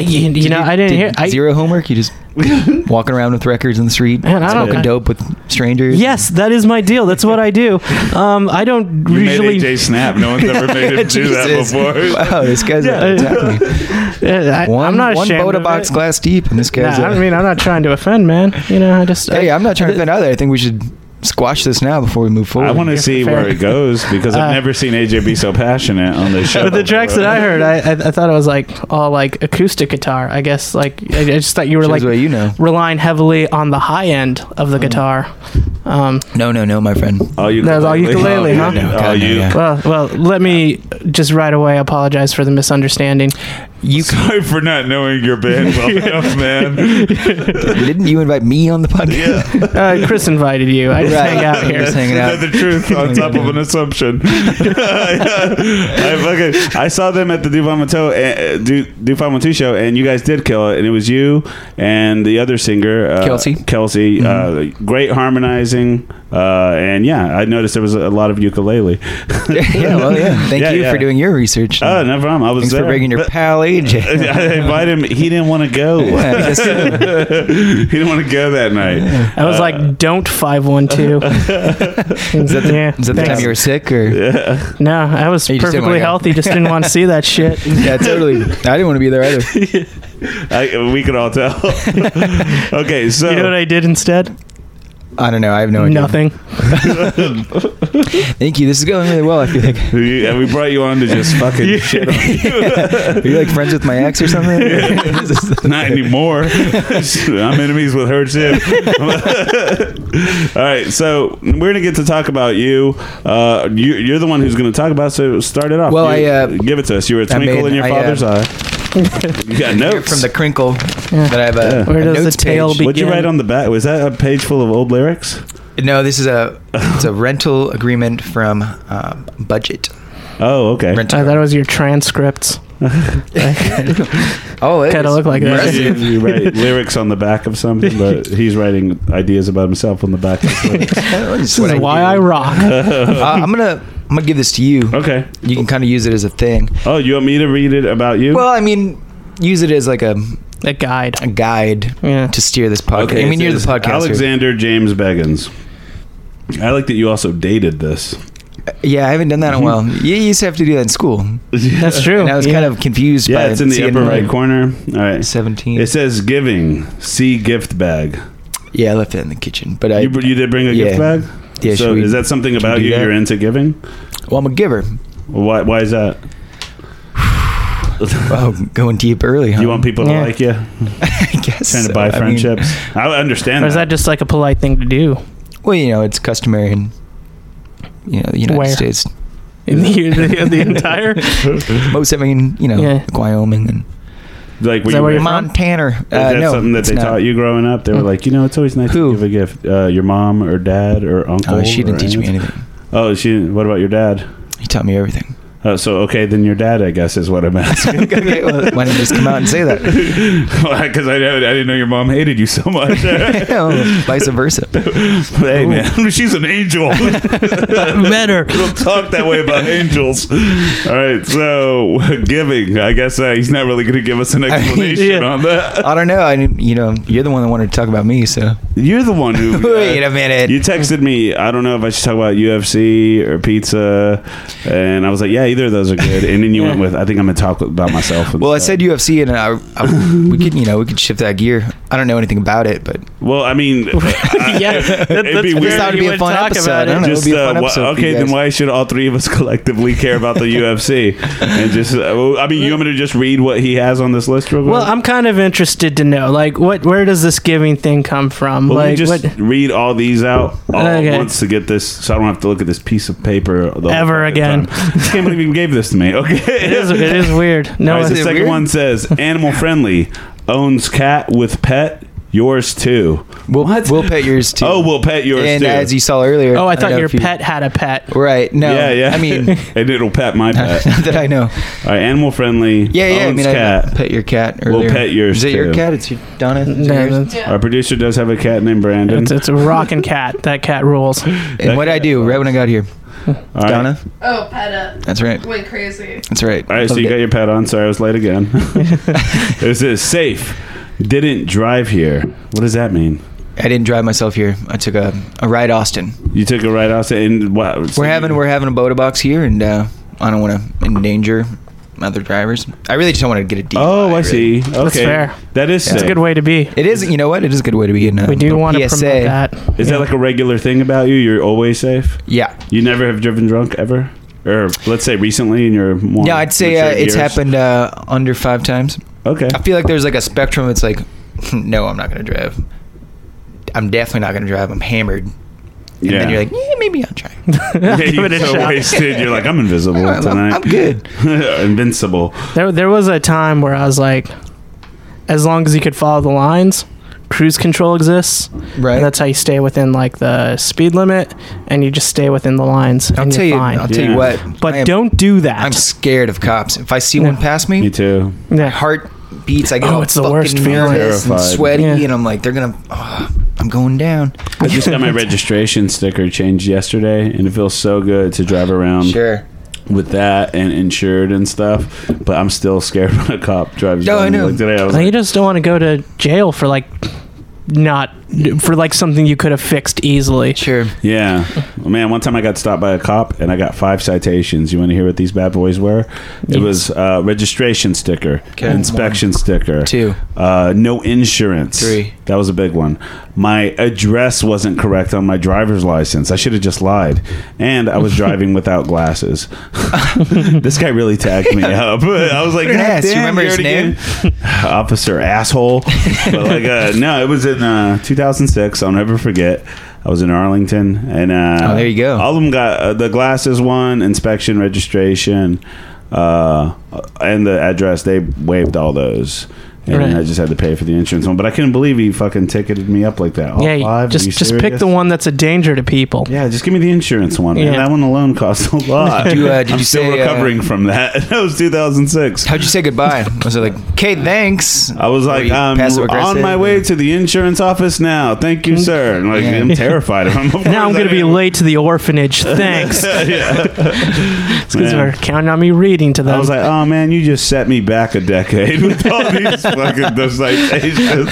S3: you
S5: Did
S3: know, I didn't
S5: did
S3: hear. I,
S5: zero homework. You just
S3: *laughs*
S5: walking around with records in the street,
S3: Man, I don't-
S5: smoking
S3: I-
S5: dope with strangers.
S3: yes, that is my deal. That's what I do. Um, I don't
S4: you
S3: usually.
S4: made AJ snap. No one's ever made
S5: *laughs*
S4: him do that
S5: Jesus.
S4: before.
S5: Wow, this guy's
S3: Yeah.
S5: attacking me.
S3: uh, *laughs* I,
S5: One,
S3: I'm not
S5: one
S3: ashamed
S5: Boda
S3: of
S5: box
S3: it.
S5: glass deep, and this
S3: Nah,
S5: guy's. uh,
S3: I mean, I'm not trying to offend, man. You know, I just.
S5: *laughs* hey, I'm not trying to offend either. I think we should squash this now before we move forward.
S4: I want to see where it goes because I've
S3: *laughs* Uh,
S4: never seen AJ be so passionate on this show.
S3: But the tracks that I heard, I, I I thought it was like all like acoustic guitar. I guess like I, I just thought you were
S5: Shows
S3: like
S5: what
S3: *laughs*
S5: you know.
S3: relying heavily on the high end of
S5: Mm.
S3: the guitar. Um,
S5: No, no, no, my friend.
S4: All ukulele.
S3: That's all ukulele,
S4: Oh,
S3: huh?
S4: yeah, *laughs*
S5: No,
S4: all
S5: God, no,
S4: you-
S5: yeah.
S3: well, well, let me just right away apologize for the misunderstanding.
S5: You
S4: *laughs*
S5: c-
S4: Sorry for not knowing your
S3: *laughs*
S4: band well enough, man.
S5: *laughs* didn't you invite me on the podcast? Yeah,
S3: Uh, Chris invited you. I just
S5: Right.
S3: hang out
S5: *laughs*
S3: here.
S5: Just hanging out.
S4: Another truth on top
S5: *laughs*
S4: of an assumption. *laughs* I, fucking, I saw them at the Do Five One Two uh, Do Do Five One Two show, and you guys did kill it. And it was you and the other singer, uh,
S5: Kelsey.
S4: Kelsey,
S5: Mm-hmm.
S4: uh, great harmonizing. Uh, and yeah, I noticed there was a lot of
S5: *laughs*
S4: ukulele. *laughs*
S5: well, *laughs* yeah. Thank
S4: Yeah,
S5: you
S4: yeah.
S5: for doing your research.
S4: Oh, no problem. I was
S5: Thanks
S4: there.
S5: for bringing your pal AJ.
S4: *laughs* I invited him. He didn't want to go.
S5: *laughs* Yeah, *laughs* I
S4: *laughs*
S5: guess uh,
S4: he didn't want to go that night.
S3: I was like, "Don't five one
S5: *laughs*
S3: two. Is that the, yeah,
S5: Is Uh. that the
S3: thanks.
S5: time you were sick or?
S3: No, I was
S5: You just didn't
S3: perfectly
S5: wanna go.
S3: healthy. Just didn't want to see that shit.
S5: *laughs* Yeah, totally. I didn't want to be there
S3: *laughs*
S5: either.
S4: I, we could all tell. *laughs* okay, so
S3: You know what I did instead?
S5: I don't know. I have no idea. *laughs*
S3: Nothing.
S5: Thank you. This is going really well. I feel like.
S4: We, and we brought you on to just fucking shit on you.
S5: *laughs* Are you like friends with my ex or something?
S4: *laughs* Not
S5: *laughs*
S4: anymore. I'm enemies with her too. *laughs* All right, so we're gonna get to talk about you. Uh, you you're the one who's gonna talk about. So start it off.
S5: Well,
S4: You-
S5: I, uh,
S4: give it to us. You were a
S5: I
S4: twinkle
S5: made-
S4: in your
S5: I, uh,
S4: father's
S5: *laughs*
S4: eye. You got notes
S5: from the crinkle
S3: Yeah.
S5: that I have a,
S3: Where
S5: a
S3: does the
S5: notes
S3: tail
S5: page.
S3: be-
S4: What'd you
S3: began.
S4: write on the back? Was that a page full of old lyrics?
S5: No, this is a
S4: *laughs*
S5: it's a rental agreement from uh, Budget.
S4: Oh, okay.
S5: Rental.
S3: I thought it was your transcripts.
S5: oh, it
S3: Kinda
S5: is.
S3: look like that.
S4: You-
S5: Impressive.
S3: *laughs*
S4: You write lyrics on the back of something, but he's writing ideas about himself on the back.
S3: *laughs*
S4: Of something.
S5: This
S3: This is why I rock.
S5: Uh, I'm gonna I'm gonna give this to you.
S4: okay.
S5: You can kind of use it as a thing.
S4: Oh, you want me to read it about you?
S5: Well, I mean, use it as like a,
S3: A guide.
S5: a guide
S3: Yeah.
S5: to steer this podcast. I mean,
S4: it
S5: you're the
S4: says
S5: podcaster.
S4: Alexander James Beggins. I like that you also dated this.
S5: Yeah, I haven't done that in a while.
S4: Mm-hmm.
S5: You used to have to do that in school.
S3: That's true.
S5: And I was
S3: Yeah.
S5: kind of confused by
S4: Yeah, it's in the
S5: seeing
S4: upper right
S5: like
S4: corner. All right.
S5: 17.
S4: It says giving. See gift bag.
S5: yeah, I left it in the kitchen. But I,
S4: You, you did bring a gift
S5: yeah.
S4: bag?
S5: Yeah,
S4: so
S5: should we-
S4: is that something about
S5: we do
S4: you
S5: that?
S4: you're into giving?
S5: well, I'm a giver.
S4: Why, why is that?
S5: oh, going deep early, huh?
S4: You
S5: *laughs*
S4: want people
S3: Yeah.
S4: to like you,
S5: I guess
S4: trying to
S5: Um, so.
S4: buy
S5: I mean,
S4: friendships. I, understand.
S3: Or is that just like a polite thing to do?
S5: well, you know, it's customary in you know the United
S3: Where?
S5: States.
S3: In the, the, the entire
S5: Most, I mean, you know,
S3: Yeah.
S5: like Wyoming and
S4: Like, were
S3: that where
S4: you raised-
S3: you're from?
S5: Montana.
S4: Is
S5: Uh,
S4: that
S5: no,
S4: something that
S5: it's
S4: they
S5: not.
S4: taught you growing up? They were
S3: Mm.
S4: like, you know, it's always nice
S5: Who?
S4: to give a gift. Uh, your mom or dad or uncle.
S5: Oh, she didn't
S4: or
S5: teach me
S4: aunt.
S5: anything.
S4: Oh, she. didn't- What about your dad?
S5: He taught me everything.
S4: Uh, so okay, then your dad, I guess, is what I'm asking. *laughs*
S5: *laughs* okay, well, why didn't you just come out and say that? *laughs*
S4: Because I, know- I didn't know your mom hated you so
S5: *laughs*
S4: much. hey
S5: Oh, vice versa.
S4: man, *laughs* she's an
S5: *laughs*
S4: angel.
S3: better.
S4: Don't talk that way about angels. All right, so *laughs* giving. I guess uh, he's not really going to give us
S5: *laughs*
S4: an explanation
S3: Yeah.
S4: on that.
S5: I don't know. I didn't- you know, you're the one that wanted to talk about me, so
S4: You're the one who. uh,
S5: *laughs* wait a minute.
S4: You texted me. I don't know if I should talk about UFC or pizza, and I was like, "Yeah, either of those are good." And then you went with, "I think I'm gonna talk about myself."
S5: well, I said UFC, and I, I, we could, you know, we could shift that gear. I don't know anything about it, but
S4: "Well,
S3: *laughs*
S4: I mean, *laughs* I-
S3: yeah, that,
S4: It'd be weird.
S5: thought it'd
S3: you
S5: be a
S3: would
S5: fun
S3: talk
S5: episode.
S3: about
S5: I don't
S3: it.
S5: know.
S4: just
S5: it'd be a
S4: uh,
S5: fun
S4: why-
S5: episode for
S4: okay,
S5: you
S4: then
S5: guys.
S4: why should all three of us *laughs* collectively care about
S3: *laughs*
S4: the UFC? And just, uh, well, I mean, you want me to just read what he has on this list real quick?
S3: Well, I'm kind of interested to know, like, what, where does this giving thing come from?
S4: Well,
S3: like,
S4: let me
S3: what,
S4: just read all these out all
S3: Okay.
S4: at once to get this, so I don't have to look at this piece of paper the whole
S3: Ever
S4: fucking
S3: again.
S4: time. I can't believe you gave this to me.
S3: *laughs*
S4: Okay,
S3: it is, it is weird. No,
S4: All right,
S3: it's
S4: the second
S5: weird?
S4: one
S5: *laughs*
S4: says animal friendly, owns cat with pet, yours too.
S5: we'll, we'll pet yours too.
S4: Oh, we'll pet yours
S5: and
S4: too.
S5: as you saw earlier,
S3: oh, I
S5: don't
S3: thought
S5: know
S3: your
S5: if you-
S3: pet had a pet.
S5: Right? No.
S4: yeah, yeah. Uh,
S5: I mean, not
S4: *laughs* and it'll pet my pet. All
S5: *laughs* that I know.
S4: right, animal friendly.
S5: Yeah, yeah. I
S4: Owns
S5: mean,
S4: cat.
S5: I pet your cat. Earlier.
S4: We'll pet yours,
S5: Is it your
S4: too.
S5: cat? It's your Donna. Is it
S3: No,
S5: yours?
S3: that's-
S1: Yeah.
S4: Our producer does have a cat named Brandon.
S3: it's, it's a rockin' cat. That cat rules.
S5: And what I do right when I got here,
S4: All right.
S5: Donna?
S1: Oh, Peta
S5: That's right.
S1: went crazy.
S5: That's right.
S4: All right, so you got your pet on. Sorry, I was late
S5: *laughs*
S4: again. *laughs* it says safe. Didn't drive here. What does that mean?
S5: I didn't drive myself here. I took a, a ride Austin.
S4: You took a ride out and wow. so
S5: We're having
S4: you-
S5: we're having a boda box here, and uh, I don't want to endanger other drivers. I really just don't want to get a DUI.
S4: Oh, I see.
S5: really.
S4: Okay,
S3: fair.
S4: That is
S3: It's a
S4: safe.
S3: good way to be.
S5: It is. You know what? It is a good way to be in. uh, A
S3: We do
S5: little
S3: want to promote
S5: PSA.
S3: that.
S4: Is that like a regular thing about you? You're always safe.
S5: Yeah.
S4: You never have driven drunk ever, or let's say recently in your more
S5: Yeah, I'd say uh,
S4: mature years?
S5: it's happened uh, under five times. *laughs*
S4: Okay,
S5: I feel like there's like a spectrum. It's like, *laughs* no, I'm not gonna drive. I'm definitely not gonna drive. I'm hammered. And
S4: yeah.
S5: then you're like, yeah, maybe I'll
S3: *laughs*
S5: try.
S3: *laughs*
S4: yeah,
S3: give
S4: you're
S3: it a
S4: so
S3: shot.
S4: wasted. You're like, I'm invisible
S5: *laughs* I'm- I'm-
S4: tonight.
S5: I'm good.
S4: *laughs* Invincible.
S3: There, there was a time where I was like, as long as you could follow the lines, cruise control exists.
S5: Right.
S3: And that's how you stay within like the speed limit, and you just stay within the lines,
S5: I'll
S3: and
S5: tell
S3: you're
S5: you.
S3: fine.
S5: I'll tell
S4: Yeah.
S5: you what.
S3: but
S5: I am-
S3: don't do that.
S5: I'm scared of cops. If I see one pass me,
S4: Me too.
S3: yeah.
S5: my heart beats. I get
S3: Oh,
S5: all
S3: it's the
S5: fucking
S3: worst feeling.
S5: nervous and
S4: Terrified.
S5: sweaty,
S3: Yeah.
S5: and I'm like, they're gonna. ah, I'm going down.
S4: I just got my registration sticker changed yesterday, and it feels so good to drive around
S5: Sure.
S4: with that and insured and stuff. But I'm still scared *laughs* when a cop drives.
S5: No,
S4: by
S5: I
S4: me.
S5: know.
S4: Like today, I was
S3: Like, you
S4: like,
S3: just don't want to go to jail for like not for like something you could have fixed easily.
S5: Sure.
S4: yeah, man. One time I got stopped by a cop, and I got five citations. You want to hear what these bad boys were? It
S3: Yes.
S4: was uh, registration sticker,
S5: Okay.
S4: inspection sticker,
S5: Two.
S4: uh, no insurance.
S5: Three.
S4: That was a big one. My address wasn't correct on my driver's license. I should have just lied. And I
S5: *laughs*
S4: was driving without glasses. *laughs* this guy really tagged me
S5: *laughs*
S4: up. *laughs* I was like,
S5: What an
S4: "God
S5: ass. You
S4: damn,
S5: remember his
S4: already
S5: name?"
S4: gave- *laughs* Officer asshole. But like, uh, no, it was in uh, 2006. I'll never forget. I was in Arlington, and uh,
S5: Oh, there you go.
S4: All of them got uh, the glasses one, inspection, registration, uh, and the address. They waived all those. And
S3: Right.
S4: I just had to pay for the insurance one, but I couldn't believe he fucking ticketed me up like that. All
S3: yeah, you-
S4: five? Are
S3: just
S4: you
S3: just pick
S4: serious?
S3: the one that's a danger to people.
S4: Yeah, just give me the insurance one. man.
S3: Yeah.
S4: That one alone cost a
S5: *laughs*
S4: lot.
S5: Did you, uh, did
S4: I'm
S5: you
S4: still
S5: say, uh,
S4: recovering from that. *laughs* That was 2006.
S5: How'd you
S3: *laughs*
S5: say goodbye? Was it like, okay, thanks?
S4: I was like, I'm on my way to the insurance office now. Thank you, sir. And like,
S5: Mm. Yeah.
S4: I'm terrified
S5: *laughs*
S4: of him. Of
S3: Now I'm
S4: course I
S3: gonna be
S4: am.
S3: late to the orphanage. Thanks.
S4: *laughs* yeah.
S3: Because
S4: Man.
S3: they're counting on me reading to them.
S4: I was like, oh man, you just set me back a decade with all
S5: *laughs*
S4: these fucking those citations.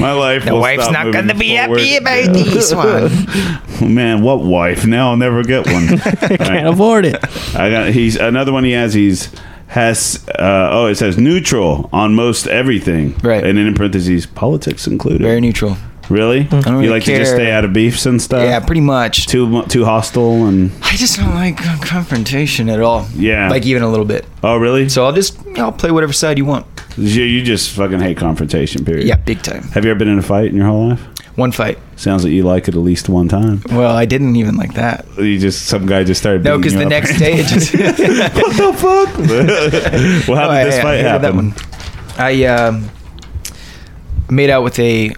S4: My life.
S5: The
S4: will
S5: wife's
S4: stop
S5: not
S4: moving
S5: gonna be
S4: forward.
S5: happy about
S4: Yeah. *laughs* Oh,
S5: this one.
S4: Man, what wife? Now I'll never get
S5: *laughs*
S4: one. All
S3: *laughs*
S4: right.
S3: can't afford it.
S4: I got he's another one he has he's has uh, oh it says neutral on most everything
S5: Right.
S4: and then in parentheses politics included
S5: Very neutral.
S4: Really?
S5: don't
S4: you
S5: really
S4: like to just
S5: care.
S4: stay out of beefs and stuff?
S5: yeah, pretty much.
S4: Too mu- too hostile and
S5: I just don't like confrontation at all.
S4: yeah.
S5: Like even a little bit.
S4: oh really? So
S5: So I'll just you know, I'll play whatever side you want.
S4: you, you just fucking hate confrontation. Period.
S5: Yeah, big time.
S4: Have you ever been in a fight in your whole life?
S5: One fight.
S4: Sounds like you like it at least one time.
S5: Well, I didn't even like that.
S4: You just some guy just started.
S5: No,
S4: beating
S5: because
S4: you
S5: the
S4: up. *laughs*
S5: next day it just. *laughs*
S4: what the fuck? well, how
S5: Oh,
S4: did this
S5: yeah,
S4: fight
S5: yeah,
S4: happen?
S5: That one. I um, made out with a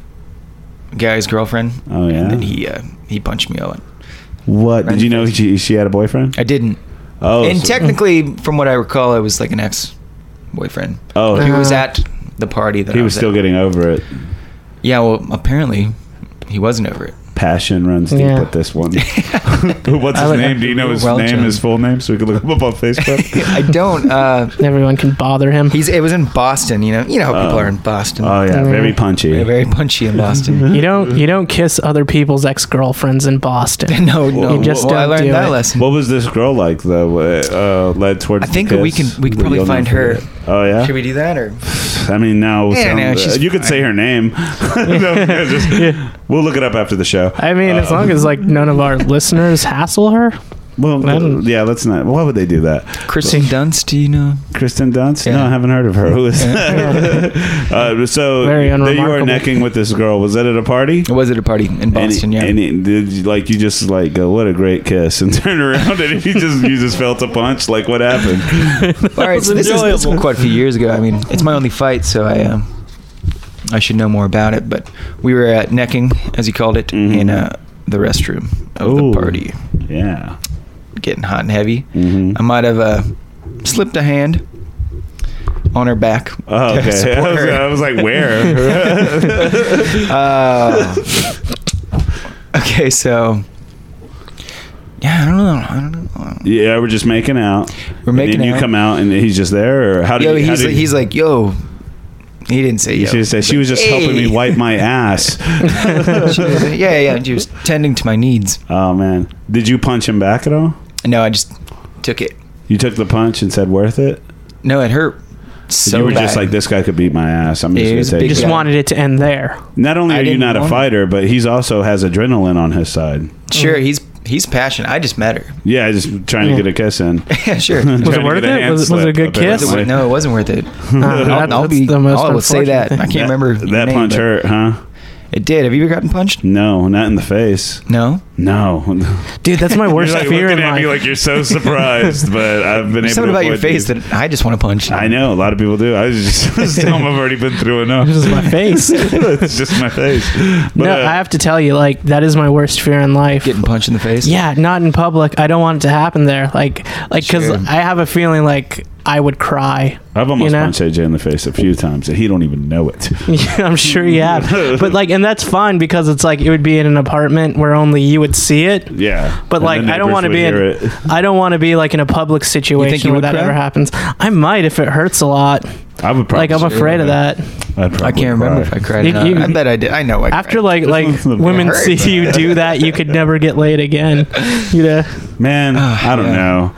S5: guy's girlfriend.
S4: Oh, yeah?
S5: And then he uh, he punched me out.
S4: What did you know? She, she had a boyfriend.
S5: I didn't.
S4: Oh,
S5: and
S4: so-
S5: technically, from what I recall, I was like an ex boyfriend.
S4: oh,
S5: He
S4: he,
S5: was at the party that I
S4: was still
S5: at.
S4: getting over it.
S5: Yeah, well, apparently he wasn't over it.
S4: Passion runs deep
S3: Yeah.
S4: with this
S5: *laughs*
S4: one. *laughs* What's
S3: I
S4: his
S3: like-
S4: name? Do you know his
S5: Well
S4: name,
S5: done.
S4: his full name, so we can look him up on
S5: *laughs*
S4: Facebook?
S5: I don't. Uh, *laughs*
S3: Everyone can bother him.
S5: he's. It was in Boston. You know. You know how people
S4: Oh.
S5: are in Boston.
S4: oh yeah, very punchy.
S5: They're very punchy
S4: *laughs*
S5: in Boston. *laughs*
S3: You don't you don't kiss other people's ex girlfriends in Boston.
S5: no, no.
S4: You
S3: just
S5: well, I
S3: don't
S5: learned
S3: do
S5: that
S3: it.
S5: lesson.
S4: what was this girl like though? Uh, led towards.
S5: I think
S4: the
S5: we
S4: kiss?
S5: can- we can
S4: That
S5: probably
S4: you'll
S5: find
S4: never
S5: her.
S4: forget? Oh yeah.
S5: Should we do that or?
S4: *laughs* I mean, now uh,
S5: Yeah, no, she's
S4: you could say her
S5: *laughs*
S4: name. *laughs* No, just- We'll look it up after the show.
S3: I mean, as long as like none of our listeners hassle her.
S4: Well,
S3: I don't-
S4: yeah, let's not. Why would they do that?
S5: Kristen Dunst, do you know?
S4: Kristen Dunst? No,
S5: Yeah.
S4: I haven't heard of her. Who is? *laughs* uh, so
S3: Very
S4: there you were
S3: unremarkable.
S4: necking with this girl. Was that at a party?
S5: It was at a party in
S4: and,
S5: Boston, yeah.
S4: and it- did you, like you just like go, what a great kiss, and *laughs* turn around and you just you just felt a punch. Like what happened?
S5: *laughs* All right, so this is, this was quite a few years ago. I mean, it's my only fight, so I um, I should know more about it. But we were at necking, as he called it,
S4: Mhm.
S5: in uh, the restroom of
S4: Ooh.
S5: the party,
S4: Yeah.
S5: getting hot and heavy.
S4: Mhm.
S5: I might have uh, slipped a hand on her back.
S4: Oh,
S5: *laughs* to
S4: okay. *laughs* I
S5: support
S4: was,
S5: her.
S4: I was like, where? *laughs*
S5: *laughs* Uh, okay, so yeah, I don't know. I don't know.
S4: yeah, we're just making out.
S5: We're making
S4: and then you
S5: out.
S4: come out and he's just there, or how did
S5: Yo,
S4: you, how
S5: he's
S4: did
S5: like,
S4: you-
S5: he's like, yo. He didn't say
S4: You
S5: yo.
S4: should have said she
S5: He's
S4: was just helping me
S5: "Hey."
S4: wipe my ass.
S5: *laughs* She was like, *laughs* yeah, yeah. She was tending to my needs.
S4: oh man, did you punch him back at all?
S5: No, I just took it.
S4: You took the punch and said worth it.
S5: No, it hurt so
S4: you were
S5: bad.
S4: just like this guy could beat my ass. I'm
S5: Yeah, he
S4: just
S5: was
S4: gonna
S5: a
S4: take.
S5: big
S3: You just
S4: it."
S5: Yeah.
S3: wanted it to end there.
S4: Not only
S5: I
S4: are you
S5: didn't
S4: not a
S5: want it.
S4: fighter, but he's also has adrenaline on his side.
S5: Sure, he's he's passionate. I just met her. *laughs*
S4: Yeah, just trying
S3: Yeah.
S4: to get a kiss in. *laughs*
S5: Yeah, sure.
S3: Was
S4: Trying
S3: it
S4: to
S3: worth
S4: get a
S3: it?
S4: hand
S3: Was, was it a
S4: slip,
S3: good kiss?
S4: apparently.
S5: no, it wasn't worth it.
S3: Uh,
S5: *laughs* I'll,
S3: that-
S5: I'll
S3: that's
S5: be.
S3: the most
S5: I will say
S3: unfortunate
S5: that. I
S3: thing.
S5: can't remember
S4: That,
S5: her
S4: that
S5: name,
S4: punch
S5: but
S4: hurt, huh?
S5: It did. Have you ever gotten punched?
S4: No, not in the face.
S5: No.
S4: No.
S3: Dude, that's my worst fear in life. *laughs*
S4: you're so surprised, but I've been
S5: There's something about your face that I just want to punch.
S4: I know a lot of people do. I was just *laughs* tell 'em I've already been through enough. *laughs*
S3: This is my face.
S4: it's just my face. But,
S3: no,
S4: uh,
S3: I have to tell you, like that is my worst fear in life.
S5: Getting punched in the face.
S3: yeah, not in public. I don't want it to happen there. Like, like because
S5: Sure.
S3: I have a feeling like I would cry. *laughs*
S4: I've almost
S3: you know?
S4: punched AJ in the face a few times, and he don't even know it.
S3: I'm sure you have, but like, and that's fine because it's like it would be in an apartment where only you would see it.
S4: Yeah,
S3: But, like, I don't wanna be in-
S4: it.
S3: I don't want to be like in a public situation
S5: you
S3: where
S5: would
S3: that
S5: cry?
S3: ever happens. I might if it hurts a lot.
S4: I would probably.
S3: Like I'm afraid of that.
S4: I'd probably
S5: I can't remember if I cried.
S3: You-
S5: or not.
S3: you-
S5: I bet I did. I know. I
S3: After
S5: cried.
S3: like like women
S5: hurt,
S3: see you do that, you could never get laid again. You know, *laughs*
S4: Man, I don't
S5: Ah, yeah.
S4: know.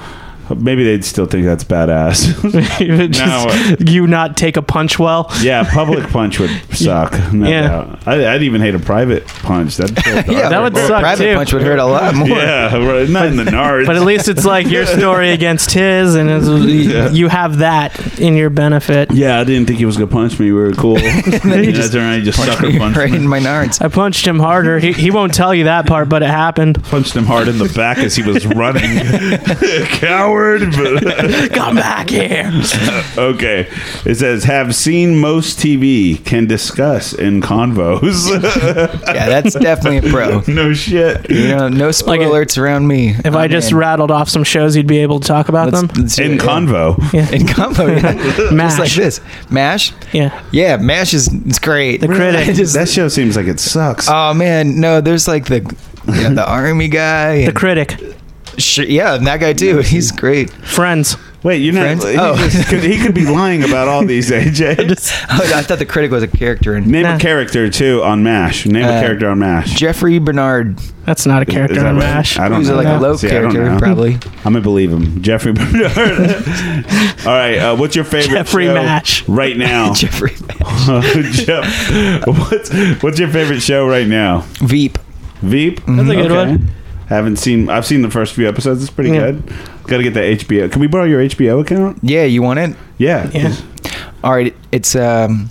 S4: Maybe they'd still think that's badass. *laughs*
S3: If it just- you not take a punch well.
S4: yeah, public punch would suck. No
S3: Yeah.
S4: doubt. I, I'd even hate a private punch. That'd feel
S5: yeah,
S3: that would
S5: or a
S3: suck,
S5: Private
S3: too.
S5: punch would hurt a lot
S4: *laughs*
S5: more.
S4: yeah, right, not in the nards.
S3: But at least it's like your story against his, and it's, you have that in your benefit.
S4: yeah, I didn't think he was gonna punch me. We were cool. and then he just, around, he just
S5: Punch
S4: sucker
S5: me
S4: punched
S5: *laughs* right
S4: me.
S5: in my nards.
S3: I punched him harder. He, he won't tell you that part, but it happened.
S4: Punched him hard in the back as he was running. Coward,
S3: *laughs*
S4: but
S3: Come back here.
S4: Okay. It says, have seen most TV, can discuss in convos.
S5: Yeah, that's definitely
S4: *laughs*
S5: a pro.
S4: no shit.
S5: You know, no spoiler
S3: it-
S5: alerts around me.
S3: If I just rattled off some shows, you'd be able to talk about them.
S4: In convo.
S3: Yeah.
S5: in
S3: *laughs*
S5: combo, yeah.
S3: Mash.
S5: *laughs* just like this. Mash,
S3: Yeah.
S5: yeah, Mash is it's great. *laughs* The
S3: critic.
S4: That show seems like it sucks.
S5: oh man, no, there's like the yeah, the army guy.
S3: The
S5: And,
S3: critic,
S5: sh- yeah, and that guy too. He's
S3: *laughs*
S5: great. *laughs*
S3: friends.
S4: Wait, you're
S5: Friends?
S4: not. He,
S5: Oh. *laughs*
S4: just could, he could be lying about all these, AJ.
S5: Oh, I thought the critic was a character. And
S4: Name
S3: Nah.
S4: a character too on Mash. Name a
S5: Uh,
S4: character on Mash.
S5: Jeffrey Bernard,
S3: That's not a character
S4: that
S3: on
S4: right?
S3: MASH.
S4: I don't
S5: who's
S4: know.
S5: like a low
S4: See, I don't
S5: character,
S4: know.
S5: probably. *laughs*
S4: I'm gonna believe him, *laughs*
S3: *laughs*
S4: Jeffrey Bernard. All right, uh, what's your favorite
S3: Jeffrey
S4: show
S3: Mash. *laughs*
S4: right now? *laughs*
S5: Jeffrey *laughs*
S4: Jeff, what's what's your favorite show right now?
S5: Veep.
S4: Veep.
S3: That's a good one.
S4: Haven't seen. I've seen the first few episodes. It's pretty
S3: Yeah.
S4: good. Got to get that HBO. Can we borrow your HBO account?
S5: Yeah, you want it?
S4: Yeah.
S3: Yeah.
S5: All right, it's um.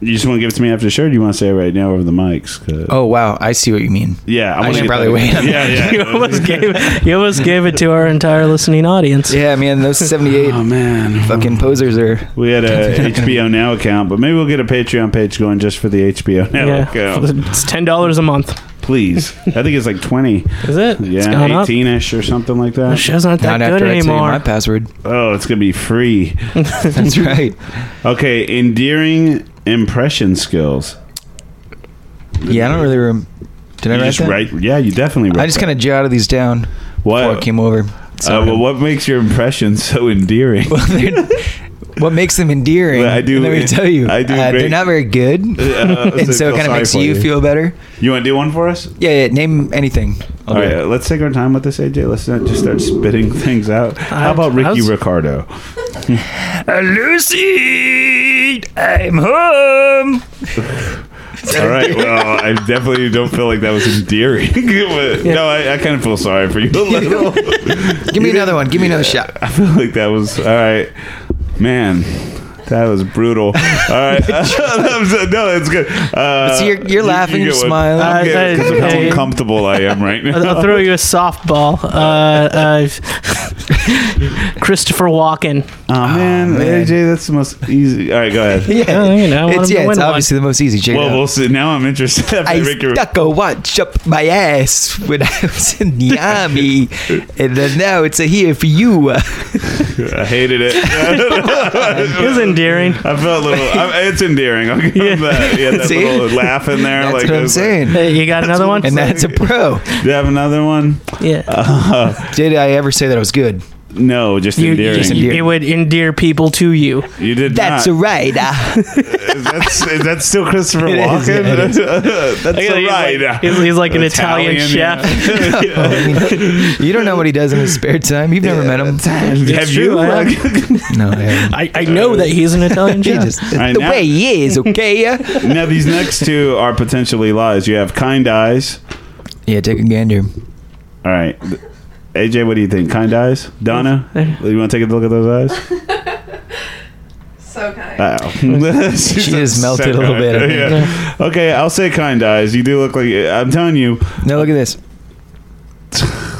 S4: You just want to give it to me after the show? Or do you want to say it right now over the mics? 'Cause-
S5: Oh wow, I see what you mean.
S4: yeah.
S5: I
S4: wanna
S5: should
S4: get
S5: probably
S4: that-
S5: wait on
S4: Yeah, yeah.
S3: *laughs* you
S5: *laughs*
S3: almost gave it, you almost gave it to our entire listening audience.
S5: Yeah, man, those seventy-eight
S4: *laughs* *laughs* Oh man,
S5: fucking posers are.
S4: We had
S5: *laughs*
S4: a HBO Now account, but maybe we'll get a Patreon page going just for the HBO Now
S3: Yeah.
S4: *laughs*
S5: *laughs*
S4: account.
S3: it's ten dollars a month.
S4: Please, I think it's like twenty,
S3: Is it? it's gone
S4: yeah,
S3: up.
S4: eighteen ish or something like
S3: Those
S4: that.
S3: shows aren't that
S5: Not
S3: good
S5: after I tell you my
S3: anymore.
S5: password.
S4: Oh, it's gonna be free.
S5: *laughs* That's right.
S4: Okay, endearing impression skills.
S5: Yeah, I don't really. Rem- Did I
S4: You
S5: write
S4: just
S5: that?
S4: write, yeah, you definitely. Wrote
S5: I just kind of jotted these down
S4: of
S5: before I
S4: what.
S5: came over.
S4: Uh,
S5: *laughs*
S4: well, what makes your impression so endearing? *laughs* Uh,
S5: Well, they're- what makes them endearing?
S4: Well, I do-
S5: Let me tell you.
S4: I do
S5: Uh,
S4: great-
S5: they're not very good,
S4: *laughs* Uh, so I
S5: and so
S4: feel
S5: it kind of
S4: sorry
S5: makes
S4: for
S5: you,
S4: you.
S5: feel better.
S4: You want to do one for us?
S5: Yeah, yeah. Name anything. I'll
S4: All
S5: do
S4: right,
S5: it.
S4: uh, let's take our time with this, AJ. Let's not just start spitting *laughs* things out. How about
S3: I
S4: Ricky
S3: was-
S4: Ricardo?
S5: Uh, Lucy, I'm home.
S4: All right. Well, I definitely don't feel like that was endearing. *laughs* But- No, I, I kind of feel sorry for you a little.
S5: Give me another one. Give me another shot.
S4: I feel like that was all right, man. That was brutal. All right. *laughs* I'm so- no, it's good. Uh,
S5: See, you're- you're laughing,
S4: get
S5: you're
S4: one.
S5: smiling.
S4: I'm good.
S3: Uh,
S4: It's 'cause of how
S3: hey.
S4: uncomfortable I am right
S3: I'll,
S4: now.
S3: I'll
S4: *laughs*
S3: throw you a softball. Uh, *laughs* uh, Christopher Walken.
S4: Oh, man,
S5: man.
S4: AJ, that's the most easy. All right, go ahead.
S5: *laughs* Yeah,
S3: Oh, you know, I want him
S5: it's
S3: to
S5: yeah,
S3: win
S5: it's
S3: one.
S5: obviously the most easy. Check it
S4: Well,
S5: out.
S4: we'll see. Now I'm interested. *laughs* after
S5: I
S4: Ricky Ric-
S5: stuck a watch up my ass when I was
S4: *laughs*
S5: in the army, and then now it's a here for you. *laughs*
S4: I hated it.
S3: It was endearing.
S4: I felt a little. I, it's endearing. I'll give him that. Yeah, that
S5: See?
S4: little laugh in there.
S5: That's
S4: like
S5: what I'm
S4: it's like-
S5: saying.
S3: Hey, you got another one?
S5: And that's a pro.
S4: Do you have another one?
S3: yeah.
S5: Did I ever say that I was good?
S4: No, just
S3: you,
S4: endearing.
S3: you-
S5: endearing.
S3: it would endear people to you.
S4: You did
S5: That's
S4: not.
S5: right.
S4: *laughs*
S5: ah.
S4: is,
S5: *laughs*
S4: that, is that still Christopher
S5: It is,
S4: Walken?
S5: yeah, it
S4: *laughs* That's
S3: He's
S4: a
S3: like-
S4: right.
S3: he's- he's like an Italian
S4: *laughs*
S5: *laughs* you don't know what he does in his spare time. You've never met him.
S4: Have *laughs*
S3: true,
S4: you?
S3: I
S4: Like,
S5: No, I haven't.
S3: I, I know that *laughs* he's an Italian
S5: He
S3: chef.
S5: just-
S4: right,
S5: the
S4: now-
S5: way he is, okay?
S4: *laughs* *laughs* now these next two are potentially lies. You have kind eyes.
S5: yeah, take a gander.
S4: All right, AJ, what do you think? Kind eyes, Donna. You want to take a look at those eyes?
S1: So
S4: *laughs*
S5: *laughs*
S1: kind.
S4: Wow,
S5: She just melted a little bit, I think. *laughs*
S4: Yeah. Okay, I'll say kind eyes. You do look like I'm telling you,
S5: No, look at this.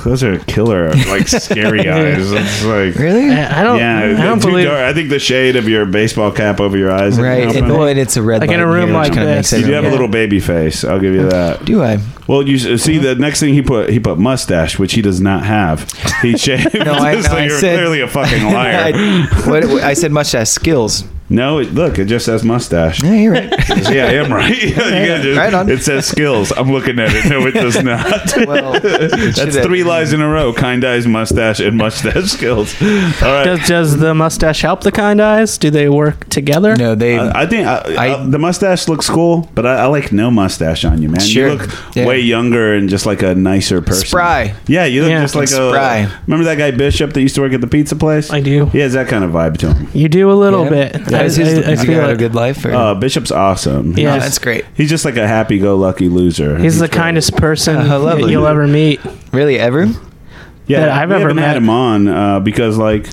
S4: those are killer, like
S5: *laughs*
S4: scary eyes. It's like
S5: Really?
S3: I I don't.
S4: yeah,
S3: I don't
S4: too
S3: believe.
S4: dark. I think the shade of your baseball cap over your eyes.
S5: Right. And,
S4: You,
S5: well, and it's a red
S3: Like in a
S5: light
S3: room
S5: here, which
S3: like
S5: kinda
S3: this.
S5: makes
S4: do have
S5: everyone-
S4: a little baby face. I'll give you that.
S5: Do I?
S4: Well, you s- see the next thing he put he put mustache, which he does not have.
S5: *laughs*
S4: He shaved. *laughs*
S5: No, I-
S4: so
S5: no, I
S4: you're
S5: said-
S4: clearly a fucking liar.
S5: *laughs* I, what, what- I said mustache skills.
S4: no, it, look, it just says mustache.
S5: Yeah,
S4: *laughs*
S5: you're right.
S4: yeah, I am right. You gotta just-
S5: Right on.
S4: It says skills. I'm looking at it. No, it does
S5: *laughs*
S4: not.
S5: Well,
S4: That's three lies in a row. Kind eyes, mustache, and mustache skills. All right.
S3: Does, does the mustache help the kind eyes? Do they work together?
S5: No, they.
S4: I I think I,
S5: Uh, I-
S4: I- the mustache looks cool, but I, I like no mustache on you, man.
S5: Sure.
S4: You look
S5: Yeah.
S4: way younger and just like a nicer person.
S5: Spry.
S4: Yeah, you look
S3: Yeah.
S4: just like a.
S5: Spry.
S4: Remember that guy Bishop that used to work at the pizza place?
S3: I do.
S4: He has that kind of vibe to him.
S3: You do a little bit.
S5: Yeah,
S3: I,
S5: is his-
S3: I- I
S5: has he
S3: feel
S5: got a
S3: it.
S5: good life? Or?
S4: Uh, Bishop's awesome.
S3: Yeah.
S5: No,
S4: He's
S5: that's
S4: just,
S5: great.
S4: he's just like a happy-go-lucky loser.
S3: He's the kindest
S4: *laughs*
S3: person
S5: Uh, lovely.
S3: that you'll ever meet.
S5: Really, ever?
S4: yeah,
S3: that I've
S4: we
S3: ever
S4: haven't had
S3: met.
S4: him on uh, because like.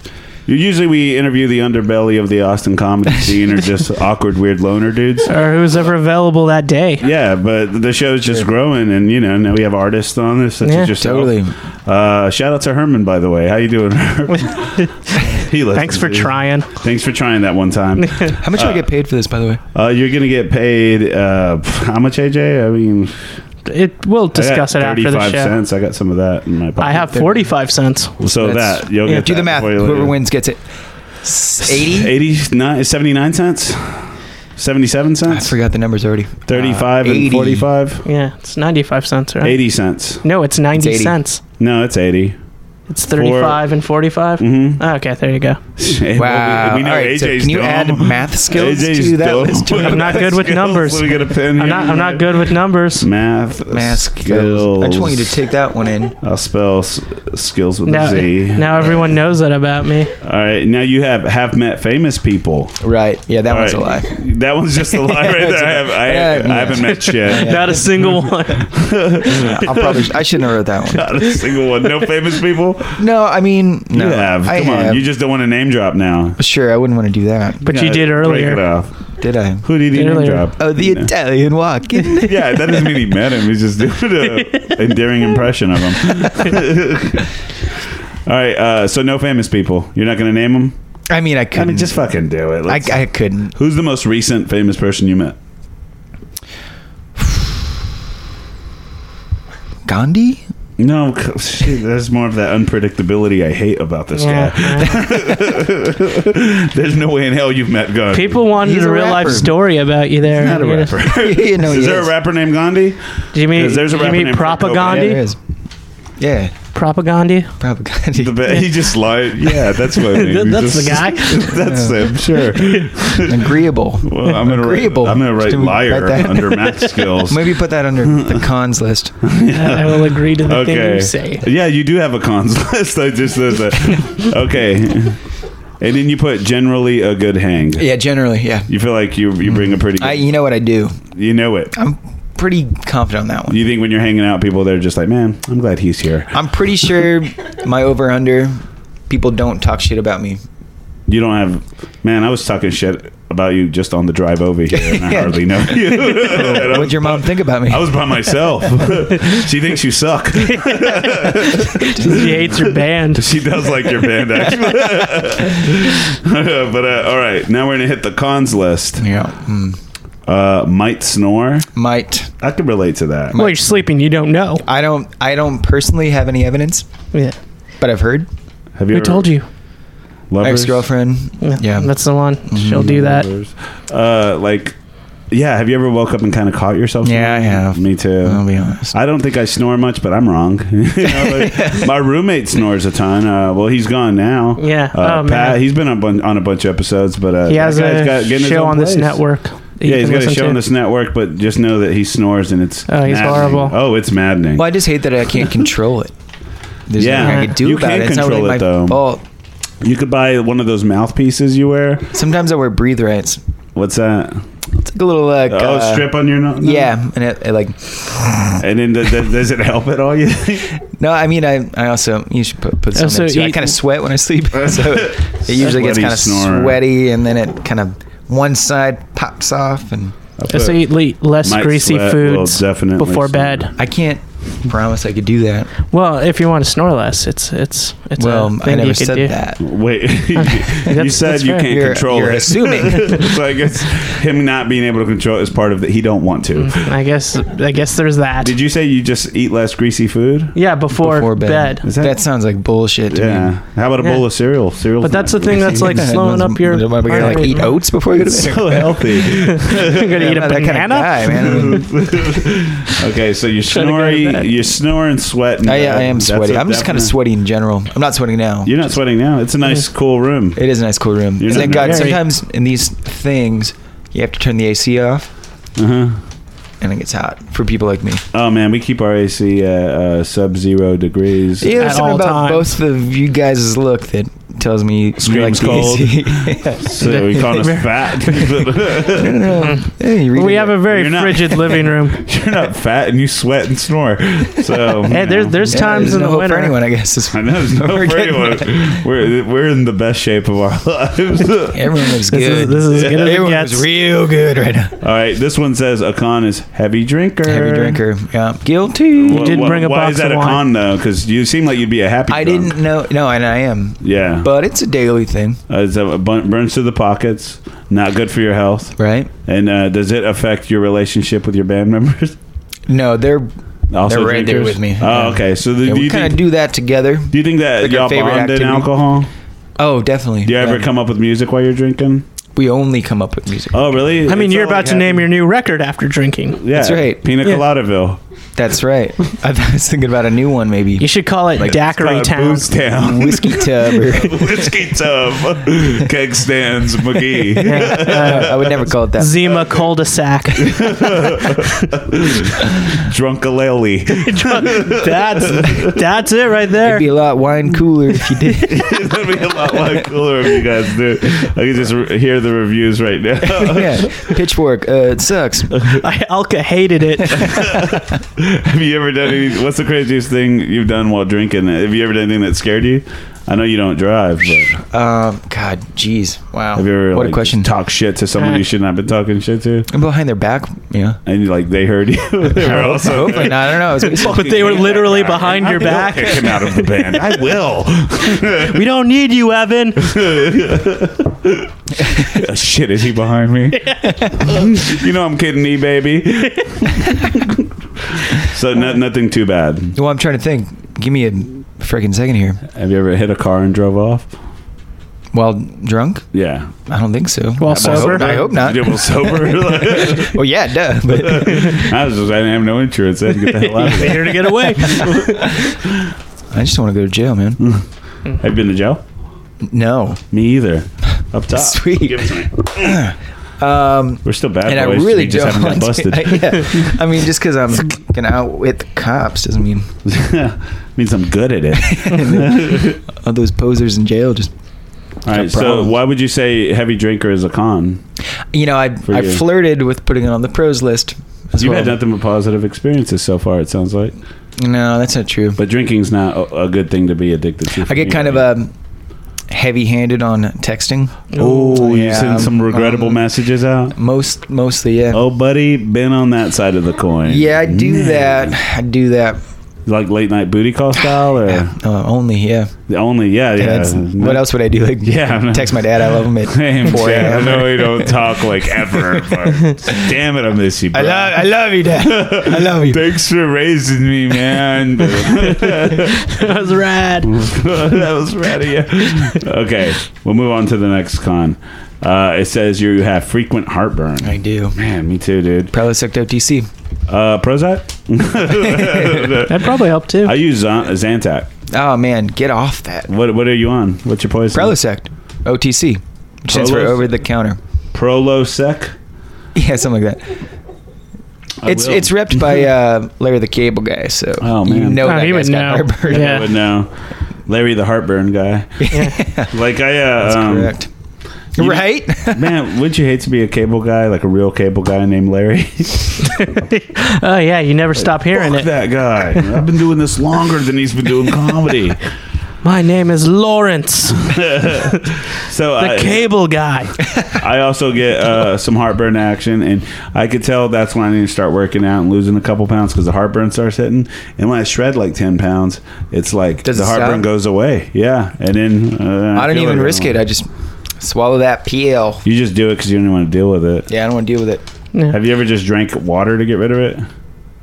S4: Usually we interview the underbelly of the Austin
S3: *laughs*
S4: comedy scene or just awkward, weird loner dudes.
S3: Or who's ever available that
S4: *laughs*
S3: day.
S4: Yeah, but the show's just growing, and you know now we have artists on this. Such
S3: Yeah.
S4: as yourself.
S5: Totally.
S4: Uh, shout out to Herman, by the way. How you doing? Herman?
S3: *laughs*
S4: he listens
S3: Thanks for
S4: to you.
S3: trying.
S4: Thanks for trying that one
S3: *laughs*
S4: time.
S5: How much do I get paid for this, by the way?
S4: Uh, you're gonna get paid. Uh, pff, how much, AJ? I mean,
S3: It we'll discuss
S4: I
S3: it
S4: got
S3: after the
S4: 35
S3: show.
S4: Cents. I got some of that in my pocket.
S3: I have forty five cents.
S4: so
S5: That's-
S4: that you'll
S3: yeah,
S4: get
S5: Do
S4: that
S5: the math.
S4: before you
S5: Whoever
S4: leave.
S5: wins gets it. 80?
S4: 89 79 cents, seventy seven
S5: I
S4: cents,
S5: forgot the numbers already.
S4: thirty five
S5: Uh, 80.
S4: and forty five.
S3: Yeah, it's ninety five cents, right?
S4: Eighty cents.
S3: No, it's ninety
S5: It's 80.
S3: cents.
S4: No, it's eighty.
S3: It's 35 and 45?
S4: *laughs* Mhm.
S3: Okay, there you go.
S5: Wow.
S4: we know
S5: All right, so
S4: AJ's
S5: can you
S4: dumb. *laughs*
S5: add math skills
S4: AJ's
S5: to that
S4: dumb.
S5: list?
S3: I'm not good with
S4: Skills.
S3: numbers.
S4: *laughs* Let me get a pen here.
S3: I'm not, I'm not good with numbers.
S4: Math,
S5: Math skills. I just want you to take that one in.
S4: I'll spell s- skills with
S3: Now,
S4: a Z.
S3: now everyone knows that about
S4: *laughs*
S3: me.
S4: All right, now you have have met famous people.
S5: Right. Yeah, that one's
S4: All right.
S5: a lie.
S4: *laughs* That one's just a lie right
S5: *laughs*
S4: there. I, have, I,
S5: Yeah, yeah.
S4: I haven't met shit.
S5: Yeah.
S3: Not a
S4: *laughs*
S3: single one.
S5: I'll probably I shouldn't have wrote that one.
S4: Not a single one. No famous people. *laughs*
S5: No, I mean no.
S4: you have.
S5: I
S4: Come on.
S5: have.
S4: You just don't want to name drop now.
S5: Sure, I wouldn't want to do that.
S3: But you
S4: Yeah,
S3: did
S4: Break it
S3: earlier.
S4: off.
S5: Did I?
S4: Who did he name
S3: Earlier.
S4: drop?
S5: Oh, the
S4: No.
S5: Italian walk. *laughs*
S4: yeah, that doesn't mean he met him. He's just doing an endearing impression of
S5: *laughs*
S4: him. All right, uh, so no famous people. You're not going to name them?
S5: I mean, I couldn't.
S4: I mean, just fucking do it.
S5: I,
S4: Let's-
S5: I couldn't.
S4: Who's the most recent famous person you met?
S5: Gandhi?
S4: No, c- shit, there's more of that unpredictability I hate about this
S3: Yeah,
S5: *laughs*
S3: yeah.
S4: guy. *laughs* there's no way in hell you've met Gandhi.
S3: People wanted
S5: He's
S3: a
S5: a
S3: real life
S5: rapper.
S3: story about you there.
S4: not a
S3: You know-
S4: rapper.
S5: *laughs* you know,
S4: Is
S5: he
S4: there a
S5: is.
S4: rapper named Gandhi?
S3: Do you mean,
S4: 'Cause there's a
S3: do you
S4: rapper
S3: mean
S4: named Frank Ocean.
S5: Yeah,
S3: propaganda?
S5: there is. Yeah,
S3: Propaganda?
S5: probably Gandhi.
S4: The ba- he just lied. Yeah, that's what I mean.
S3: Th-
S4: We
S3: That's
S4: just-
S3: the guy.
S4: *laughs* That's him. Sure.
S5: Agreeable.
S4: Well, I'm gonna
S5: Agreeable.
S4: Write, I'm gonna write
S5: Should we
S4: liar
S5: write that?
S4: under math skills.
S5: Maybe put that
S4: *laughs*
S5: under the cons list.
S3: I will agree to the thing
S4: okay.
S3: you say.
S4: Yeah, you do have a cons *laughs* list. I just there's a okay. And then you put generally a good hang.
S5: Yeah, generally, yeah.
S4: You feel like you you bring a pretty. Good,
S5: I, you know what I do?
S4: you know it.
S5: I'm pretty confident on that one.
S4: You think when you're hanging out, people they're just like, man, I'm glad he's here.
S5: I'm pretty sure my over under people don't talk shit about me.
S4: You don't have, man. I was talking shit about you just on the drive over here, and
S5: *laughs*
S4: I hardly know you. *laughs* And I
S5: Oh, What'd
S4: was-
S5: your mom think about me?
S4: I was by
S5: *laughs*
S4: myself. she thinks you suck.
S3: She hates your band.
S4: She does like your band,
S5: *laughs*
S4: actually. but uh, all right, now we're gonna hit the cons list.
S5: yeah. mm.
S4: Uh, might snore.
S5: Might
S4: I can relate to that.
S3: Well, you're sleeping. You don't know.
S5: I don't I don't personally have any evidence,
S3: Yeah.
S5: but I've heard
S4: Have you?
S3: Who
S4: ever-
S3: told you?
S4: Lovers?
S5: ex girlfriend. Yeah.
S3: That's the one. She'll do that.
S4: Lovers. Uh, like, yeah. Have you ever woke up and kind of caught yourself?
S5: Yeah, I have.
S4: Me too.
S5: I'll be honest.
S4: I don't think I snore much, but I'm wrong. *laughs* You know,
S3: *laughs*
S4: like, my roommate snores a ton. Uh, well, he's gone now.
S3: Yeah.
S4: Uh,
S3: Oh,
S4: Pat,
S3: man.
S4: he's been on, bun- on a bunch of episodes, but uh,
S3: He
S4: that
S3: has
S4: guy's got-
S3: a
S4: getting his
S3: show
S4: own
S3: on this
S4: place.
S3: network. that you can
S4: Yeah, he's got a
S3: listen
S4: show
S3: to.
S4: on this network, but just know that he snores and it's.
S3: Oh, he's
S4: maddening.
S3: horrible.
S4: Oh, it's maddening.
S5: Well, I just hate that I can't control it. There's
S4: Yeah.
S5: nothing I could do
S4: You
S5: about
S4: can
S5: it. It's not
S4: control
S5: really my
S4: it, though.
S5: fault.
S4: You could buy one of those mouthpieces you wear.
S5: Sometimes I wear breathe rights.
S4: What's that? Uh,
S5: It's like a little like
S4: oh,
S5: uh,
S4: strip on your nose.
S5: Yeah, and it, it like
S4: And then th- th- does it help at all? You think?
S5: no, I mean I, I also you should put put some
S3: Also
S5: in too. I
S3: eat-
S5: kind of sweat when I
S4: *laughs*
S5: sleep, so it usually gets
S4: Sweaty
S5: kind of
S4: snorer.
S5: sweaty, and then it kind of one side pops off, and
S4: I
S3: So
S4: put-
S3: you eat less
S4: Might
S3: greasy
S4: sweat,
S3: foods
S4: will definitely
S3: before
S4: snore.
S3: bed.
S5: I can't promise I could do that.
S3: Well, if you want to snore less, it's it's it's
S5: well,
S3: a
S5: I
S3: thing
S5: never
S3: you could
S5: said
S3: do.
S5: that.
S4: Wait, *laughs* you
S3: *laughs* that's
S4: said you
S3: fair.
S4: can't
S5: You're-
S4: control
S5: you're
S4: it. *laughs*
S5: assuming.
S4: so I guess him not being able to control it is part of that. He don't want to.
S3: Mm, I guess I guess there's that.
S4: Did you say you just eat less greasy food?
S3: yeah, before,
S5: Before bed.
S3: bed. *laughs*
S5: *laughs*
S4: Is
S5: That sounds like bullshit to
S4: yeah.
S5: me.
S4: How about a
S3: Yeah.
S4: bowl of cereal? Cereal.
S3: But that's the thing that's
S5: *laughs*
S3: like
S5: Yeah,
S3: slowing up your.
S5: Am I gonna like
S3: heart
S5: eat
S3: rate.
S5: oats before you go
S4: *laughs*
S5: to bed?
S3: *laughs*
S4: so healthy.
S3: You're gonna eat
S5: I'm
S3: a
S5: not that kind of
S3: banana.
S5: guy, man.
S3: *laughs*
S5: I mean,
S4: okay, so you're
S3: Trying to go to
S4: snoring,
S3: bed.
S4: you're snoring, sweating.
S5: I, I am
S4: That's
S5: sweaty.
S4: a
S5: I'm just kind of
S4: definite-
S5: sweaty in general. I'm not sweating now.
S4: You're not sweating now. It's a nice, cool room.
S5: It is a nice cool room.
S4: You're
S5: And
S4: not
S5: Thank God.
S3: married.
S5: Sometimes in these things, you have to turn the AC off,
S4: Uh-huh.
S5: and it gets hot for people like me.
S4: Oh man, we keep our AC at uh, sub zero degrees.
S5: Yeah,
S3: At
S5: there's something
S3: all
S5: about
S3: times.
S5: both of you guys' look that tells me you like
S4: Screams
S5: the
S4: cold.
S5: *laughs* AC. Yeah.
S4: So
S3: *laughs*
S4: you
S5: *laughs*
S4: calling us fat? *laughs*
S5: No, no, no. Hey, you read
S3: Mm-hmm. We
S5: it.
S3: have a very
S4: You're not-
S3: frigid living
S4: *laughs*
S3: room.
S4: You're not fat, and you sweat and snore. So
S3: *laughs* Hey,
S4: you
S3: there's
S4: know.
S3: there's
S5: Yeah,
S3: times
S5: there's
S3: in
S5: no
S3: the
S5: hope
S3: winter.
S5: for anyone, *laughs* I guess. is-
S4: I know
S3: *laughs*
S4: there's no
S5: We're
S4: for
S5: getting *laughs*
S4: anyone. We're we're in the best shape of our *laughs* lives.
S5: Everyone
S3: This
S5: looks
S3: is
S5: good.
S3: this is as
S5: *laughs*
S3: good as it
S5: Everyone
S3: gets.
S5: looks real good right now.
S4: All right, this one says a con is heavy drinker.
S5: Heavy drinker. Yeah, guilty.
S4: Wha-
S3: did
S4: wha-
S3: bring a
S4: why
S3: box
S4: is that
S3: of
S4: a
S3: wine.
S4: con though? Because you seem like you'd be a happy.
S5: I
S4: drunk.
S5: didn't know. No, and I am.
S4: Yeah,
S5: But it's a daily thing,
S4: uh, it's a bun- burns through the pockets. Not good for your health.
S5: right?
S4: And uh, does it affect your relationship with your band members? *laughs*
S5: No, they're
S4: Also
S5: They're right there
S4: drinkers?
S5: with me.
S4: Oh,
S5: Yeah.
S4: okay. So the,
S5: yeah,
S4: do
S5: we
S4: you
S5: kind
S4: think
S5: of do that together.
S4: do you think that
S5: like our
S4: y'all
S5: favorite
S4: bond in
S5: activity.
S4: alcohol?
S5: Oh, definitely.
S4: Do you ever
S5: Yeah.
S4: come up with music while you're drinking?
S5: we only come up with music.
S4: Oh, really?
S3: I mean,
S4: It's
S3: you're
S4: all
S3: about
S4: we
S3: to
S4: have.
S3: name your new record after drinking.
S4: Yeah,
S5: That's right.
S4: Pina
S3: Yeah.
S4: Coladaville.
S5: That's right. *laughs* I was thinking about a new one
S3: You
S5: maybe.
S3: should call it Daiquiri
S4: It's got a
S3: Town.
S4: Booze Town. *laughs*
S5: Whiskey tub or
S4: *laughs* Whiskey tub. *laughs* Keg
S3: *laughs*
S4: stands McGee.
S5: uh, I would never call it
S4: *laughs*
S5: that.
S3: Zima cul-de-sac.
S4: Drunkalele.
S3: that's that's it right
S5: It'd
S3: there.
S5: be a lot wine cooler if you
S4: *laughs*
S5: did.
S4: *laughs*
S5: *laughs*
S4: That'd be a lot, lot cooler if you guys do. I can just re- hear the reviews right
S3: *laughs*
S4: now.
S5: yeah. Pitchfork. Uh, it sucks.
S3: I, Elka hated it.
S4: *laughs* Have you ever done any? What's the craziest thing you've done while drinking? Have you ever done anything that scared you? I know you don't drive, but
S5: Um, God, jeez. Wow.
S4: have you ever
S5: what
S4: like,
S5: a question.
S4: Talk shit to someone you shouldn't have been talking shit to,
S5: I'm behind their back. Yeah.
S4: and like they heard you. *laughs* they were also
S5: Hopefully not. I don't
S4: *laughs*
S5: know. It's-
S3: But *laughs* they were literally behind your
S4: I'll kick
S3: back.
S4: him out of
S3: *laughs*
S4: the band. I will.
S3: We don't need you,
S4: *laughs*
S3: Evan.
S4: Uh, shit, is he behind
S5: *laughs*
S4: me? you know I'm kidding, e baby. so no, nothing too bad.
S5: Well, I'm trying to think. Give me a freaking second here.
S4: Have you ever hit a car and drove off?
S5: While drunk?
S4: Yeah.
S5: I don't think so.
S3: Well,
S5: I
S3: sober?
S5: Hope, I hope not.
S4: You were sober.
S5: *laughs* Well, yeah, duh. But
S4: I was just, I didn't have no insurance. I had to get the hell
S5: *laughs*
S4: out of
S3: We're
S4: there.
S3: here to get away.
S5: I just want to go to jail, man.
S4: Have you been to jail?
S5: No.
S4: Me either. Up top.
S5: Sweet.
S4: Give it to me.
S5: Um,
S4: We're still bad
S5: and I
S4: boys.
S5: really
S4: we just
S5: don't.
S4: haven't got
S5: want to-
S4: busted.
S5: I, *laughs* yeah. I mean, just because *laughs* I'm gonna outwit the cops doesn't mean *laughs*
S4: *laughs* means I'm good at it.
S5: all those posers in jail. Just
S4: All right. So
S5: problem.
S4: why would you say heavy drinker is a con?
S5: you know, I I
S4: you.
S5: flirted with putting it on the pros list. As
S4: You've
S5: well.
S4: had nothing but positive experiences so far. It sounds like,
S5: No, that's not true.
S4: but drinking's not a, a good thing to be addicted to.
S5: I get kind of um, heavy-handed on texting.
S4: Oh, you
S5: Yeah,
S4: send some
S5: um,
S4: regrettable
S5: um,
S4: messages out.
S5: Most mostly, yeah.
S4: Oh, buddy, been on that side of the coin.
S5: Yeah, I do
S4: Man.
S5: that. I do that.
S4: Like late night booty call style, or
S5: Uh, only, yeah.
S4: The only yeah, yeah.
S5: That's-
S4: *laughs*
S5: What else would I do? Like,
S4: Yeah, I'm not-
S5: text my dad. I love
S4: *laughs*
S5: him at
S4: Hey,
S5: 4
S4: Chad, I
S5: a.m.
S4: know we *laughs* don't talk like ever, but damn it, I miss you. Bro.
S5: I love, I love you, Dad. I love you.
S4: Thanks for raising me, man. *laughs*
S3: That was rad.
S4: that was rad of you. Okay, we'll move on to the next con. Uh, it says you have frequent heartburn.
S5: I do.
S4: Man, me too, dude.
S5: Probably sucked OTC.
S4: Uh, Prozac.
S3: That probably helped too.
S4: I use Zan- Zantac.
S5: Oh man, get off that.
S4: What What are you on? What's your poison?
S5: Prilosec, OTC, which stands for
S4: Proloc-
S5: over the counter. *laughs*
S4: Prolosec.
S5: Yeah, something like that.
S4: I
S5: it's
S4: will.
S5: it's repped by uh, Larry the Cable Guy, so
S4: Oh,
S5: you
S4: man.
S5: know
S3: Oh,
S5: that
S3: he
S5: guy's
S3: would
S5: got
S3: know.
S5: heartburn.
S3: Yeah.
S4: I would know. Larry the heartburn guy. *laughs* like I. Uh,
S5: That's
S4: um,
S5: correct.
S4: you-
S5: right?
S4: *laughs* Man, wouldn't you hate to be a cable guy, like a real cable guy named Larry? *laughs*
S3: Oh yeah, you never stop hearing
S4: Fuck
S3: it.
S4: that guy. I've been doing this longer than he's been doing
S5: *laughs*
S4: comedy.
S3: My name is Lawrence,
S4: So
S3: the
S4: I,
S3: cable
S4: *laughs*
S3: guy.
S4: I also get uh, some heartburn action, and I could tell that's when I need to start working out and losing a couple pounds because the heartburn starts hitting. And when I shred like ten pounds, it's like
S5: Does
S4: the
S5: it
S4: heartburn
S5: stop?
S4: goes away. Yeah, and then uh,
S5: *laughs* I don't
S4: feel
S5: even
S4: like
S5: risk it. I just swallow that PL.
S4: You just do it because you don't want to deal with it.
S5: Yeah, I don't want to deal with it.
S4: Have you ever just drank water to get rid of it?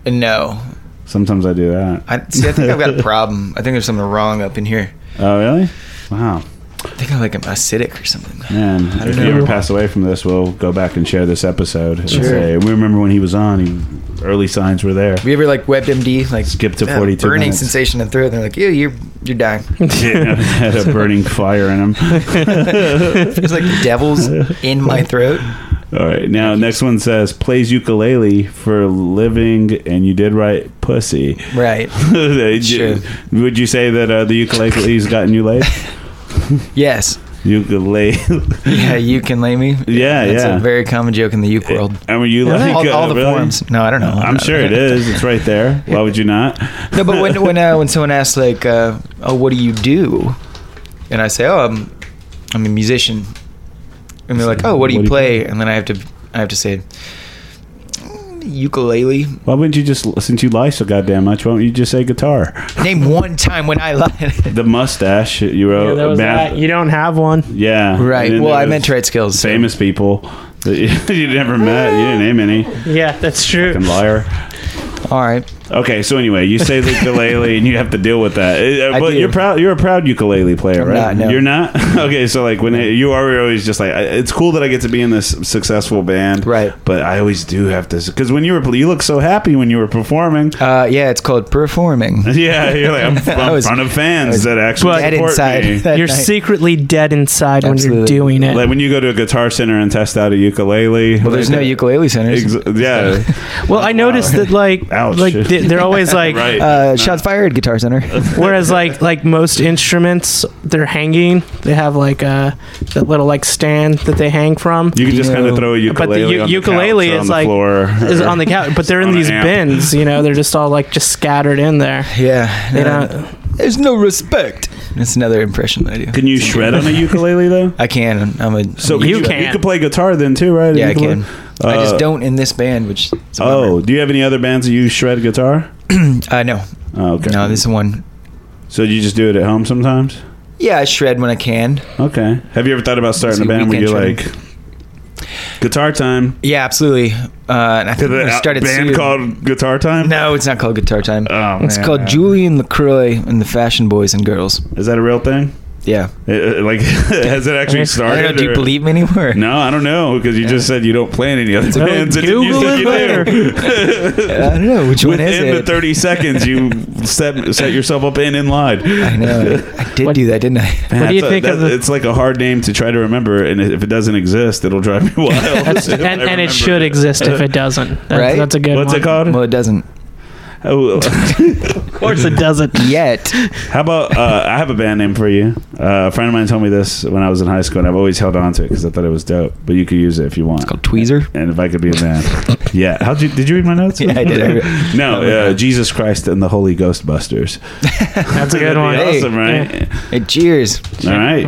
S5: And No,
S4: Sometimes I do that.
S5: I see. I think
S4: *laughs*
S5: I've got a problem. I think there's something wrong up in here.
S4: Oh, really? Wow.
S5: I think I'm like I'm acidic or something.
S4: Man, if you
S5: know.
S4: ever pass away from this, we'll go back and share this episode. and
S5: Sure.
S4: say, we remember when he was on, he, early signs were there. *laughs*
S5: Have you ever like WebMD like
S4: Skip to
S5: "Yeah,
S4: 42
S5: burning
S4: minutes."
S5: sensation in the throat? They're like, ew, you're you're dying. *laughs*
S4: Yeah, had a burning fire in him.
S5: There's like devils in my throat.
S4: All right, now next one says plays ukulele for a living, and you did write pussy. *laughs*
S5: Right.
S4: They
S5: Sure.
S4: ju- Would you say that uh, the ukulele's gotten you
S5: *laughs*
S4: laid?
S5: Yes.
S4: ukulele,
S5: Yeah, you can lay me.
S4: yeah,
S5: That's
S4: yeah.
S5: a very common joke in the
S4: *laughs*
S5: uke world.
S4: I mean, you like
S5: all,
S4: uh,
S5: all the
S4: really?
S5: forms. No, I don't know.
S4: I'm sure it is. It's right there. Why would you not?
S5: No, but when when uh, when someone asks like, uh, "Oh, what do you do?" and I say, "Oh, I'm I'm a musician," and they're like, "Oh, what do you play?" and then I have to I have to say, "Mm, "Ukulele."
S4: Why wouldn't you just, since you lie so goddamn much, why don't you just say guitar?
S5: Name one time when I *laughs* lied.
S4: The mustache you wrote.
S3: Yeah, that was
S4: math-
S3: that. You don't have one.
S4: yeah.
S5: right.
S4: And then
S5: Well,
S4: there
S5: I
S4: was
S5: meant trade skills. so-
S4: Famous people *laughs* that you, you never met. You didn't name any.
S3: Yeah, that's true.
S4: Fucking liar.
S5: All right.
S4: Okay, so anyway, you say
S5: *laughs*
S4: the ukulele and you have to deal with that. Uh,
S5: I
S4: but
S5: do.
S4: you're proud. You're a proud ukulele player,
S5: I'm
S4: right?
S5: not, no.
S4: You're not. *laughs* okay, so like when it, you are always just like, I- it's cool that I get to be in this successful band,
S5: Right.
S4: But I always do have to because when you were you look so happy when you were
S5: *laughs*
S4: performing.
S5: Uh, yeah, it's called performing.
S4: yeah, you're like I'm,
S5: *laughs* I
S4: I'm
S5: was-
S4: in front of fans that actually
S5: dead
S4: support
S5: inside.
S4: me.
S5: *laughs* That
S3: You're
S5: night.
S3: secretly dead inside when you're
S5: Absolutely.
S3: doing it.
S4: Like when you go to a guitar center and test out a ukulele.
S5: Well, there's no ukulele centers.
S4: Ex- yeah.
S3: well, I noticed that like
S4: *laughs* Ouch.
S3: like they- they're
S4: *laughs*
S3: always like
S4: Right.
S5: Uh, shots fired, Guitar Center.
S3: Whereas like like most instruments, they're hanging. They have like a that little like stand that they hang from.
S4: you can just kind of throw a
S3: But the
S4: ukulele.
S3: u-
S4: on
S3: ukulele is
S4: the couch or on the
S3: like-
S4: floor
S3: is
S4: or-
S3: on the couch, but they're in
S4: on an
S3: these
S4: amp.
S3: bins. You know, they're just all like just scattered in
S4: *laughs*
S3: there.
S5: yeah.
S3: They
S5: no,
S3: don't.
S5: there's no respect. That's another impression that I
S4: *laughs*
S5: do.
S4: Can you shred on a ukulele though?
S5: I can. I'm a.
S4: So
S5: I'm a
S4: could
S3: You
S4: you
S3: can.
S4: You could play guitar then too, right?
S5: Yeah, I
S4: Ukulele?
S5: can. I just
S4: Uh,
S5: don't in this band, which. Is a
S4: Oh, do you have any other bands that you shred guitar?
S5: bummer. uh, no,
S4: Oh, okay.
S5: no, this one.
S4: so you just do it at home sometimes?
S5: Yeah, I shred when I can.
S4: Okay. Have you ever thought about starting a
S5: See,
S4: band where
S5: weekend
S4: you're like
S5: shredding.
S4: guitar time?
S5: Yeah, absolutely. Uh, and I think we started
S4: band
S5: soon.
S4: called Guitar Time.
S5: No, it's not called Guitar Time.
S4: Oh,
S5: it's
S4: man.
S5: called Julian LaCroix and the Fashion Boys and Girls.
S4: Is that a real thing?
S5: Yeah.
S4: Uh, uh, like, *laughs* has it actually
S5: I
S4: started?
S5: don't know. Do you
S4: or-
S5: believe me anymore?
S4: No, I don't know because you just said you don't plan any other
S3: Don't
S4: bands. and then you
S3: Google
S4: said
S3: it
S4: you do.
S5: I don't know. Which one is
S4: Within the
S5: it?
S4: 30 seconds, you set set yourself up in in line.
S5: *laughs*
S4: *laughs*
S5: I know. I did
S3: What-
S5: do that, didn't I?
S4: Man,
S3: What do you
S4: that's a-
S3: think of
S4: that-
S3: the-
S4: It's like a hard name to try to remember, and if it doesn't exist, it'll drive me *laughs* wild. If I
S3: And, and it
S4: remember
S3: should exist if it doesn't. That's,
S5: Right?
S3: that's a good
S4: *laughs* What's
S3: one.
S4: it called?
S5: Well, it doesn't
S4: *laughs* Oh,
S3: Of course it doesn't.
S5: yet.
S4: *laughs* how about uh, I have a band name for you? Uh, a friend of mine told me this when I was in high school, and I've always held on to it because I thought it was dope. But you could use it if you want.
S5: It's called Tweezer.
S4: And if I could be a
S5: *laughs*
S4: band, yeah. How'd you? Did you read my notes?
S5: Yeah, I did.
S4: no, uh, Jesus Christ and the Holy
S5: *laughs*
S4: Ghostbusters.
S3: That's a good
S4: That'd be
S3: one.
S5: Hey.
S4: Awesome, right?
S5: Hey, cheers.
S4: All right.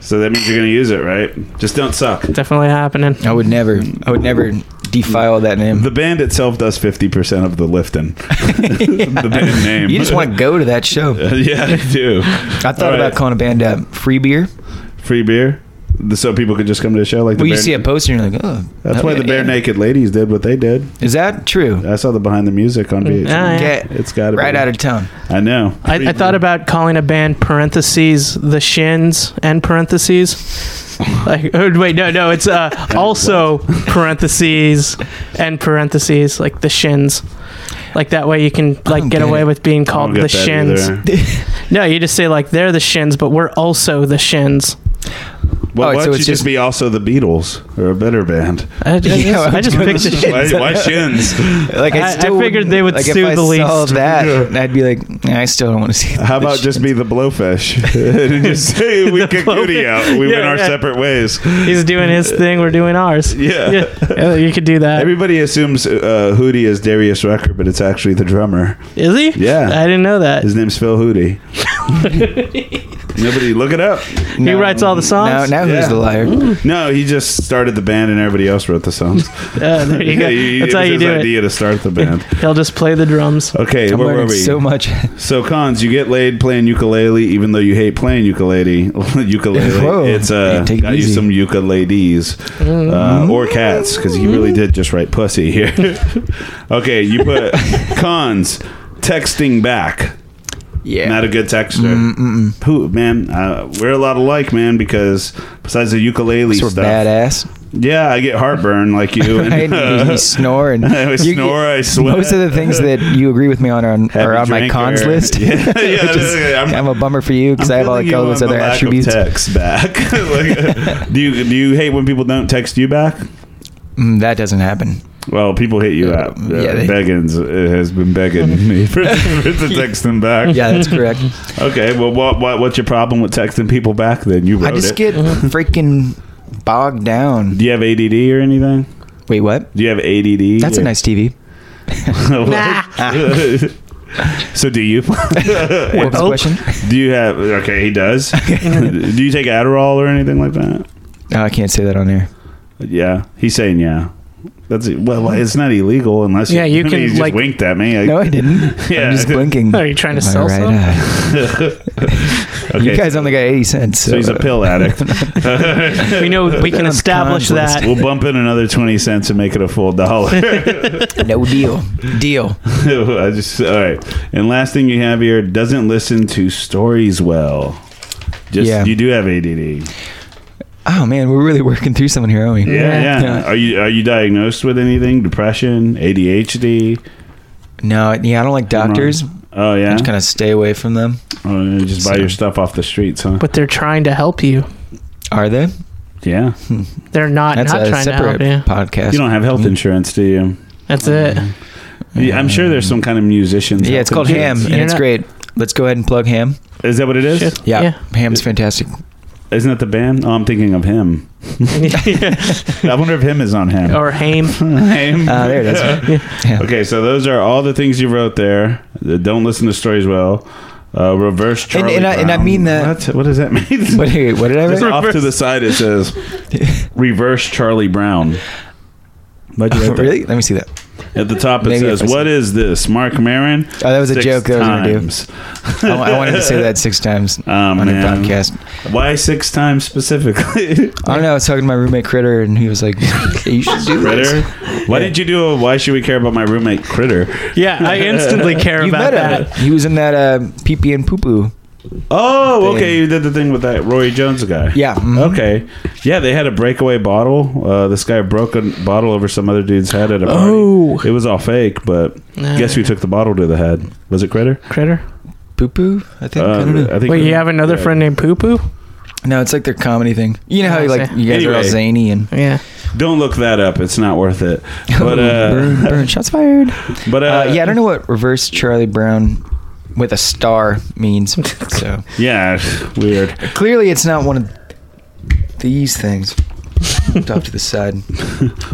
S4: So that means you're gonna use it, right? Just don't suck.
S3: Definitely happening.
S5: I would never. I would never defile that name.
S4: The band itself does 50% of the
S5: *laughs*
S4: lifting. The band name.
S5: You just want to go to that show.
S4: *laughs* Uh, yeah, I do.
S5: I thought
S4: All right.
S5: about calling a band uh, Free Beer.
S4: Free beer? The- So people could just come to the show like the
S5: Well, you
S4: Bare-
S5: see a poster and you're like, oh.
S4: That's
S5: oh,
S4: why
S5: yeah,
S4: the Bare
S5: yeah.
S4: Naked Ladies did what they did.
S5: Is that true?
S4: I saw the behind the music on VH.
S3: Yeah, yeah.
S5: Get
S4: It's got to
S5: Ah, right
S4: be.
S5: out of town.
S4: I know.
S3: I, I thought about calling a band parentheses the Shins and parentheses.
S4: *laughs*
S3: Like, oh, wait, no, no, it's uh, also parentheses and parentheses, like the Shins. Like that way you can like
S5: don't
S3: get
S5: get
S3: away
S5: it.
S3: with being
S4: I don't
S3: called
S4: get
S3: the
S4: that
S3: Shins.
S4: either.
S3: No, you just say like they're the Shins, but we're also the Shins.
S4: Well,
S5: Oh,
S4: why
S5: so
S4: don't
S5: it's
S4: you
S5: just-
S4: just be also the Beatles or a better band?
S3: I
S5: *laughs*
S3: just,
S5: Yeah,
S3: I just
S5: I'm
S3: picked the
S5: doing
S3: Shins.
S4: Why, *laughs* why shins?
S5: *laughs* Like
S3: I- I
S5: I, still
S3: figured
S5: wouldn't-
S3: they would
S5: like, if
S3: sue
S5: I
S3: the least.
S5: saw that, I'd be like, "Nah, I still don't want to see.
S4: How about just be the Blowfish *laughs* and just say we kicked Goody out? We
S3: Yeah,
S4: went our
S3: yeah.
S4: separate ways.
S3: He's doing
S4: *laughs*
S3: his thing, we're doing ours.
S4: Yeah.
S3: *laughs* Yeah, you could do that. Is
S4: Everybody assumes uh, Hootie is Darius Rucker, but it's actually the drummer.
S3: he?
S4: Yeah.
S3: I didn't know that.
S4: His name's Phil Hootie. Nobody look it up.
S5: He
S3: writes all the songs?
S5: Now, now
S4: Yeah.
S5: who's the liar?
S4: No, he just started the band and everybody else wrote the songs.
S3: Uh, there you go.
S4: *laughs* Yeah, he-
S3: That's
S4: it
S3: how
S4: was
S3: you
S4: his
S3: do
S4: idea to start the band.
S3: it. He'll just play the drums.
S4: Okay,
S5: I'm
S4: where were
S5: learning
S4: we?
S5: so
S4: So, *laughs*
S5: much.
S4: cons, you get laid playing ukulele, even though you hate playing ukulele. *laughs* ukulele,
S5: Whoa.
S4: it's uh,
S5: Hey, take it
S4: got you
S5: easy.
S4: some ukuleles uh, or cats because you really did just write pussy here. *laughs* okay, you
S5: *laughs*
S4: put cons, texting back.
S5: Yeah.
S4: Not a good texter.
S5: Mm,
S4: Who man? Uh, we're a lot alike, man. because besides the ukulele
S5: we're
S4: stuff, *laughs*
S5: badass. *laughs*
S4: yeah, I get heartburn like you. And,
S5: I
S4: *laughs*
S5: you snore and
S4: I
S5: you-
S4: snore. I sweat.
S5: Most of the things that you agree with me on are on, are
S4: Heavy
S5: on my
S4: drinker.
S5: cons
S4: *laughs*
S5: list.
S4: Yeah, yeah,
S5: *laughs* Which is-
S4: yeah,
S5: I'm,
S4: I'm-
S5: a bummer for you because I have all,
S4: Feeling
S5: like,
S4: you
S5: all those
S4: on
S5: other
S4: the lack of
S5: attributes.
S4: Text back. *laughs* Like, do you do you hate when people don't text you back?
S5: Mm, that doesn't happen.
S4: Well, people hit you up. Uh,
S5: Yeah, they-
S4: Beggins uh, has been begging me *laughs* for, for
S5: *laughs*
S4: to text them back.
S5: Yeah, that's correct.
S4: *laughs* Okay. Well, what, what what's your problem with texting people back? Then you wrote
S5: I just
S4: it. *laughs*
S5: get freaking bogged down.
S4: do you have ADD or anything?
S5: Wait, what?
S4: Do you have ADD? *laughs*
S5: That's a nice TV.
S4: *laughs* so do you?
S5: What was the
S3: Oh.
S5: question?
S4: do you have? Okay, he
S5: *laughs*
S4: does. do you take Adderall or anything like that?
S5: No, I can't say that on air.
S4: Yeah, he's saying yeah. That's well, well, it's not illegal unless
S3: Yeah, you can,
S4: *laughs* he just
S3: like-
S4: winked at me. I-
S5: No, I didn't.
S4: Yeah.
S5: I'm just blinking.
S3: Are you trying to
S5: with my
S3: sell
S5: right
S3: something?
S5: eye.
S4: Okay,
S5: *laughs* you guys only got eighty cents.
S4: *laughs* so he's a pill addict.
S3: *laughs* We know we
S5: *laughs*
S3: can
S5: On
S3: establish
S5: Con's
S3: that.
S4: we'll bump in another twenty cents and make it a full dollar. *laughs*
S5: No deal. Deal.
S4: I just all right. And last thing you have here doesn't listen to stories well. Just
S5: Yeah.
S4: you do have ADD.
S5: Oh man, we're really working through someone here, aren't we?
S4: Yeah, yeah.
S5: Yeah.
S4: Are you are you diagnosed with anything? Depression, ADHD?
S5: No, yeah, I don't like doctors.
S4: Oh
S5: I
S4: yeah.
S5: just kind of stay away from them.
S4: oh, you just buy your stuff off the streets, huh?
S3: But they're trying to help you.
S5: Are they?
S4: Yeah.
S3: They're not
S5: That's
S3: not
S5: a
S3: trying to
S5: separate
S3: help you.
S5: podcast.
S4: You don't have
S5: mm-hmm.
S4: health insurance, do you?
S3: That's it.
S4: Yeah, I'm sure there's some kind of musicians.
S5: yeah, it's
S4: health
S5: called Ham,
S4: insurance.
S5: and
S3: You're
S5: it's
S3: not-
S5: great. Let's go ahead and plug Ham.
S4: Is that what it is?
S3: Shit.
S5: Yeah,
S3: Yeah.
S5: Ham's fantastic.
S4: Isn't that the band? Oh, I'm thinking of him.
S5: Mm-hmm.
S4: I wonder if him is on him.
S3: *laughs*
S4: *laughs*
S3: or Haim.
S4: Him.
S5: Ah, there it
S4: *laughs*
S5: is. Yeah.
S4: Okay, so those are all the things you wrote there. The Don't listen to stories well. Uh, reverse
S5: And-
S4: Charlie
S5: and I- and I
S4: Brown.
S5: mean that-
S4: What? What does that mean?
S5: *laughs* What, what did I
S4: Just
S5: write?
S4: off to the side, it
S5: *laughs*
S4: says reverse Charlie Brown. Why'd you write that?
S5: *laughs* really? Let me see that.
S4: At the top, it
S5: Maybe if
S4: says,
S5: I see-
S4: "What is this?" Mark Marin.
S5: Oh, that was a
S4: Six
S5: joke that I was gonna do.
S4: times. Oh,
S5: I, I wanted to
S4: *laughs*
S5: say that six times on a
S4: man.
S5: podcast.
S4: Why six times specifically?
S5: I don't know. I was talking to my roommate Critter, and he was like, "Hey, "You should do this."
S4: Critter. Why did you do a? Why should we care about my roommate Critter?
S3: *laughs* Yeah, I instantly care
S5: You
S3: about
S5: met
S3: that.
S5: him. He was in that uh, pee pee and poo poo.
S4: Oh,
S5: They-
S4: okay. You did the thing with that Roy Jones guy.
S5: Yeah. mhm.
S4: Okay. Yeah, they had a breakaway bottle. Uh, this guy broke a bottle over some other dude's head at a party.
S3: Oh.
S4: It was all fake, but
S3: Yeah.
S4: guess who took the bottle to the head? Was it Critter?
S3: Critter.
S5: Poo poo. I think. I
S4: Uh,
S5: don't know.
S4: I think
S3: Wait, you have another
S4: yeah.
S3: friend named Poo Poo?
S5: No, it's like their comedy thing. You know how
S3: Yeah,
S5: like
S3: see.
S5: you guys are all
S4: Anyway.
S5: zany and.
S3: Yeah.
S4: Don't look that up. It's not worth it. *laughs*
S5: *laughs*
S4: But
S5: burn,
S4: uh,
S5: burn, shots fired.
S4: *laughs* but uh,
S5: Uh, yeah, I don't know what reverse Charlie Brown with a star
S4: *laughs*
S5: means. So
S4: Yeah, weird.
S5: clearly, it's not one of these things. Off to the side.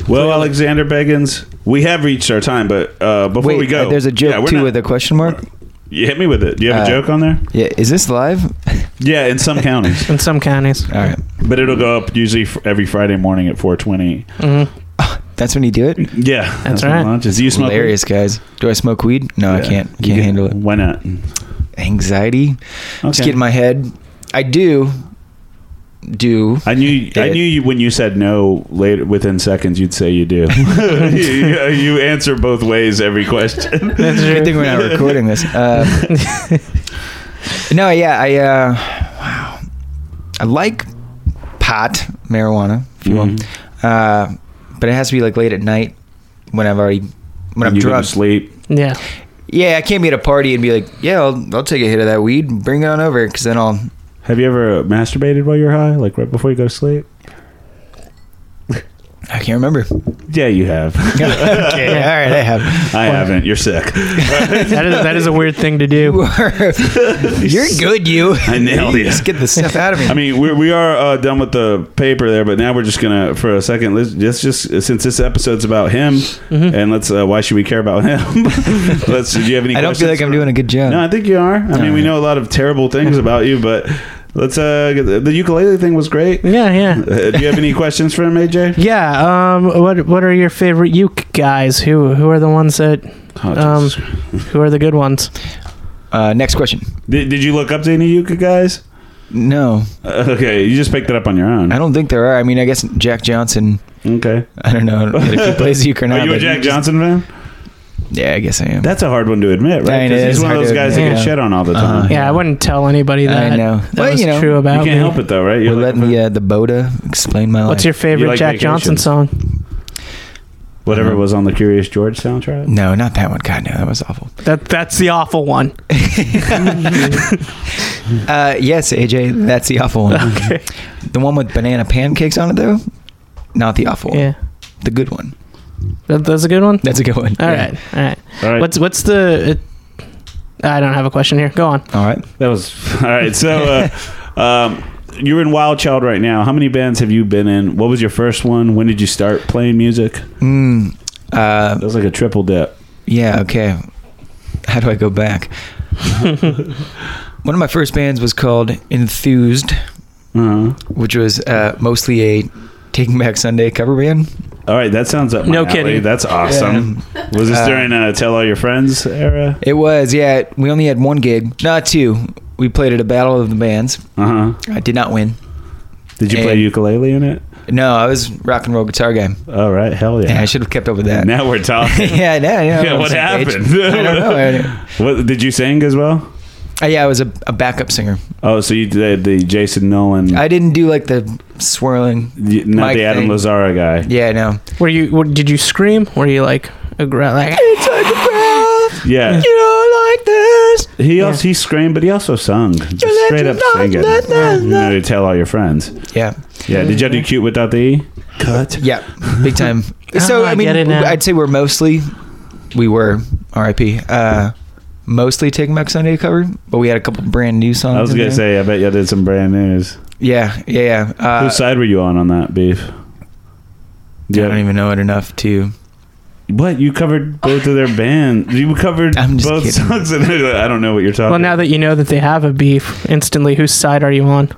S4: Well, Alexander Beggins, we have reached our time, but uh, before
S5: Wait,
S4: we go,
S5: uh, there's a joke
S4: Yeah, we're
S5: too
S4: not-
S5: with a question mark.
S4: You hit me with it. Do you have a
S5: Uh,
S4: joke on there?
S5: Yeah, is this live?
S4: Yeah, in some counties,
S3: In some counties.
S5: All right,
S4: *laughs* but it'll go up usually f- every Friday morning at four twenty.
S3: Mhm.
S5: *laughs* that's when you do it.
S4: Yeah,
S3: That's
S4: what
S3: right.
S4: it launches. Do you smoke? weed?
S5: Hilarious, guys. Do I smoke weed? No, I
S4: Yeah.
S5: can't. Can't
S4: You can-
S5: handle it.
S4: Why not?
S5: Anxiety. Just
S4: Okay.
S5: get in my head. I do. Do
S4: I knew. I
S5: it.
S4: knew you, when you said no later within seconds, you'd say you
S5: *laughs*
S4: do. *laughs* you, you- you answer both ways every question.
S5: Good thing we're not
S4: *laughs*
S5: recording this. Uh, no, yeah, I uh, wow, I like pot marijuana, *laughs* if you
S4: Mhm.
S5: will, uh, but it has to be like late at night when I've already when I'm
S4: you go to
S5: drunk.
S4: sleep.
S3: Yeah.
S5: Yeah, I can't be at a party and be like, yeah, I'll, I'll take a hit of that weed, bring it on over, because then I'll.
S4: Have you ever masturbated while you're high, like right before you go to sleep?
S5: I
S4: *laughs*
S5: can't remember. *laughs*
S4: Yeah, you have.
S5: okay, all right,
S4: *laughs*
S5: I have.
S4: I haven't. You're sick.
S3: That is, that is a weird thing to
S5: You *laughs*
S3: do.
S5: are, you're good, you.
S4: I nailed you.
S5: Just get the stuff out of me.
S4: *laughs* I mean, we're, we are uh, done with the paper there, but now we're just gonna for a second. Let's, let's just since this episode's about him,
S5: Mm-hmm.
S4: and let's uh, why should we care about him? *laughs* let's. Do you have any?
S5: I don't feel
S4: questions
S5: like I'm
S4: for-
S5: doing a good job.
S4: No, I think you are. I mean, we
S5: right.
S4: know a lot of terrible things about you, but let's. Uh, get the, the ukulele thing was great.
S3: Yeah, yeah.
S4: Uh, do you have any questions for him, AJ?
S3: Yeah, um what what are your favorite uke guys? Who who are the ones that
S4: Oh,
S3: um
S4: Jesus.
S3: who are the good ones?
S5: Uh, next question.
S4: did, did you look up to any Yuka guys?
S5: No,
S4: Uh, okay, you just picked it up on your own.
S5: I don't think there are. I mean, I guess Jack Johnson.
S4: Okay.
S5: I don't know if
S4: *laughs*
S5: he plays uke or not.
S4: Are you a
S5: but
S4: Jack
S5: he just-
S4: Johnson fan?
S5: Yeah, I guess I am.
S4: That's a hard one to admit,
S5: Yeah,
S4: right?
S5: it
S4: 'Cause
S5: is
S4: He's one of
S5: hard
S4: those
S5: to
S4: guys
S3: admit.
S4: that get shit on all the
S5: Uh-huh.
S4: time.
S3: Yeah, I wouldn't tell anybody that.
S5: I know.
S3: That
S5: Well,
S3: was
S5: you know,
S3: true
S4: You
S3: about me.
S4: can't help it though, right?
S5: We're
S4: You're like-
S5: letting the uh, the Boda explain my life.
S3: What's your favorite
S4: like
S3: Jack Johnson
S4: vacations.
S3: song?
S4: whatever
S5: uh-huh.
S4: was on the Curious George soundtrack.
S5: no, not that one. God, no, that was awful.
S3: That that's the awful one.
S5: Uh, yes, AJ, that's the awful
S3: *laughs*
S5: one.
S3: Okay.
S5: the one with banana pancakes on it, though, not the awful. one.
S3: Yeah.
S5: the good one.
S3: That, that's a good one.
S5: That's a good one.
S3: All
S5: Yeah.
S3: right, all right.
S4: All right,
S3: What's what's the? It, I don't have a question here. Go on.
S5: All right.
S4: that was *laughs* all right. So,
S5: *laughs*
S4: uh, um, you're in Wild Child right now. How many bands have you been in? What was your first one? When did you start playing music? That
S5: Mm, uh,
S4: was like a triple dip.
S5: yeah. Okay. How do I go
S3: *laughs*
S5: back? one of my first bands was called Enthused.
S4: Uh-huh.
S5: which was uh, mostly a Taking Back Sunday cover band. Um,
S4: All right, that sounds up. my
S3: No
S4: alley.
S3: kidding.
S4: That's awesome. Was this during uh, "Tell All Your Friends" era?
S5: It was, yeah. We only had one gig, not two. We played at a battle of the bands.
S4: Uh huh.
S5: I did not win.
S4: Did you play
S5: And-
S4: ukulele in it?
S5: No, I was rock and roll guitar guy.
S4: All right, hell yeah.
S5: Yeah, I should have kept up with that.
S4: Now we're talking.
S5: *laughs* yeah, I know.
S4: *laughs*
S5: Yeah,
S4: Yeah, what happened?
S5: I
S4: *laughs*
S5: don't know.
S4: What did you sing as well?
S5: Uh, yeah, I was a, a backup singer.
S4: Oh, so you did the Jason Nolan,
S5: I didn't do like the swirling.
S4: y- not
S5: Mike
S4: the Adam
S5: thing.
S4: Lazara guy.
S5: Yeah, no.
S3: Were you? What, did you scream? Were you like a gra- like?
S4: Yeah,
S5: You know, like this.
S4: he also he screamed, but he also sung, Just
S5: let
S4: straight
S5: you
S4: up
S5: know,
S4: singing.
S5: let know,
S4: You know, to tell all your friends.
S5: Yeah,
S4: Yeah, did y'all do cute without the E? Cut.
S5: yeah, big *laughs* time. so
S3: Ah,
S5: I
S3: I
S5: mean,
S3: get it now.
S5: I'd say we're mostly, we were R.I.P. Uh, mostly Taking Back Sunday cover, but we had a couple brand new songs.
S4: I was
S5: in
S4: gonna
S5: there.
S4: say, I bet y'all did some brand news.
S5: Yeah, yeah, yeah. Uh,
S4: Whose side were you on on that beef?
S5: I don't even know it enough to.
S4: What you covered both of
S5: *laughs*
S4: their bands? You covered
S5: I'm just
S4: both
S5: kidding.
S4: songs. And I don't know what you're talking.
S3: Well, now that you know that they have a beef, instantly, whose side are you on?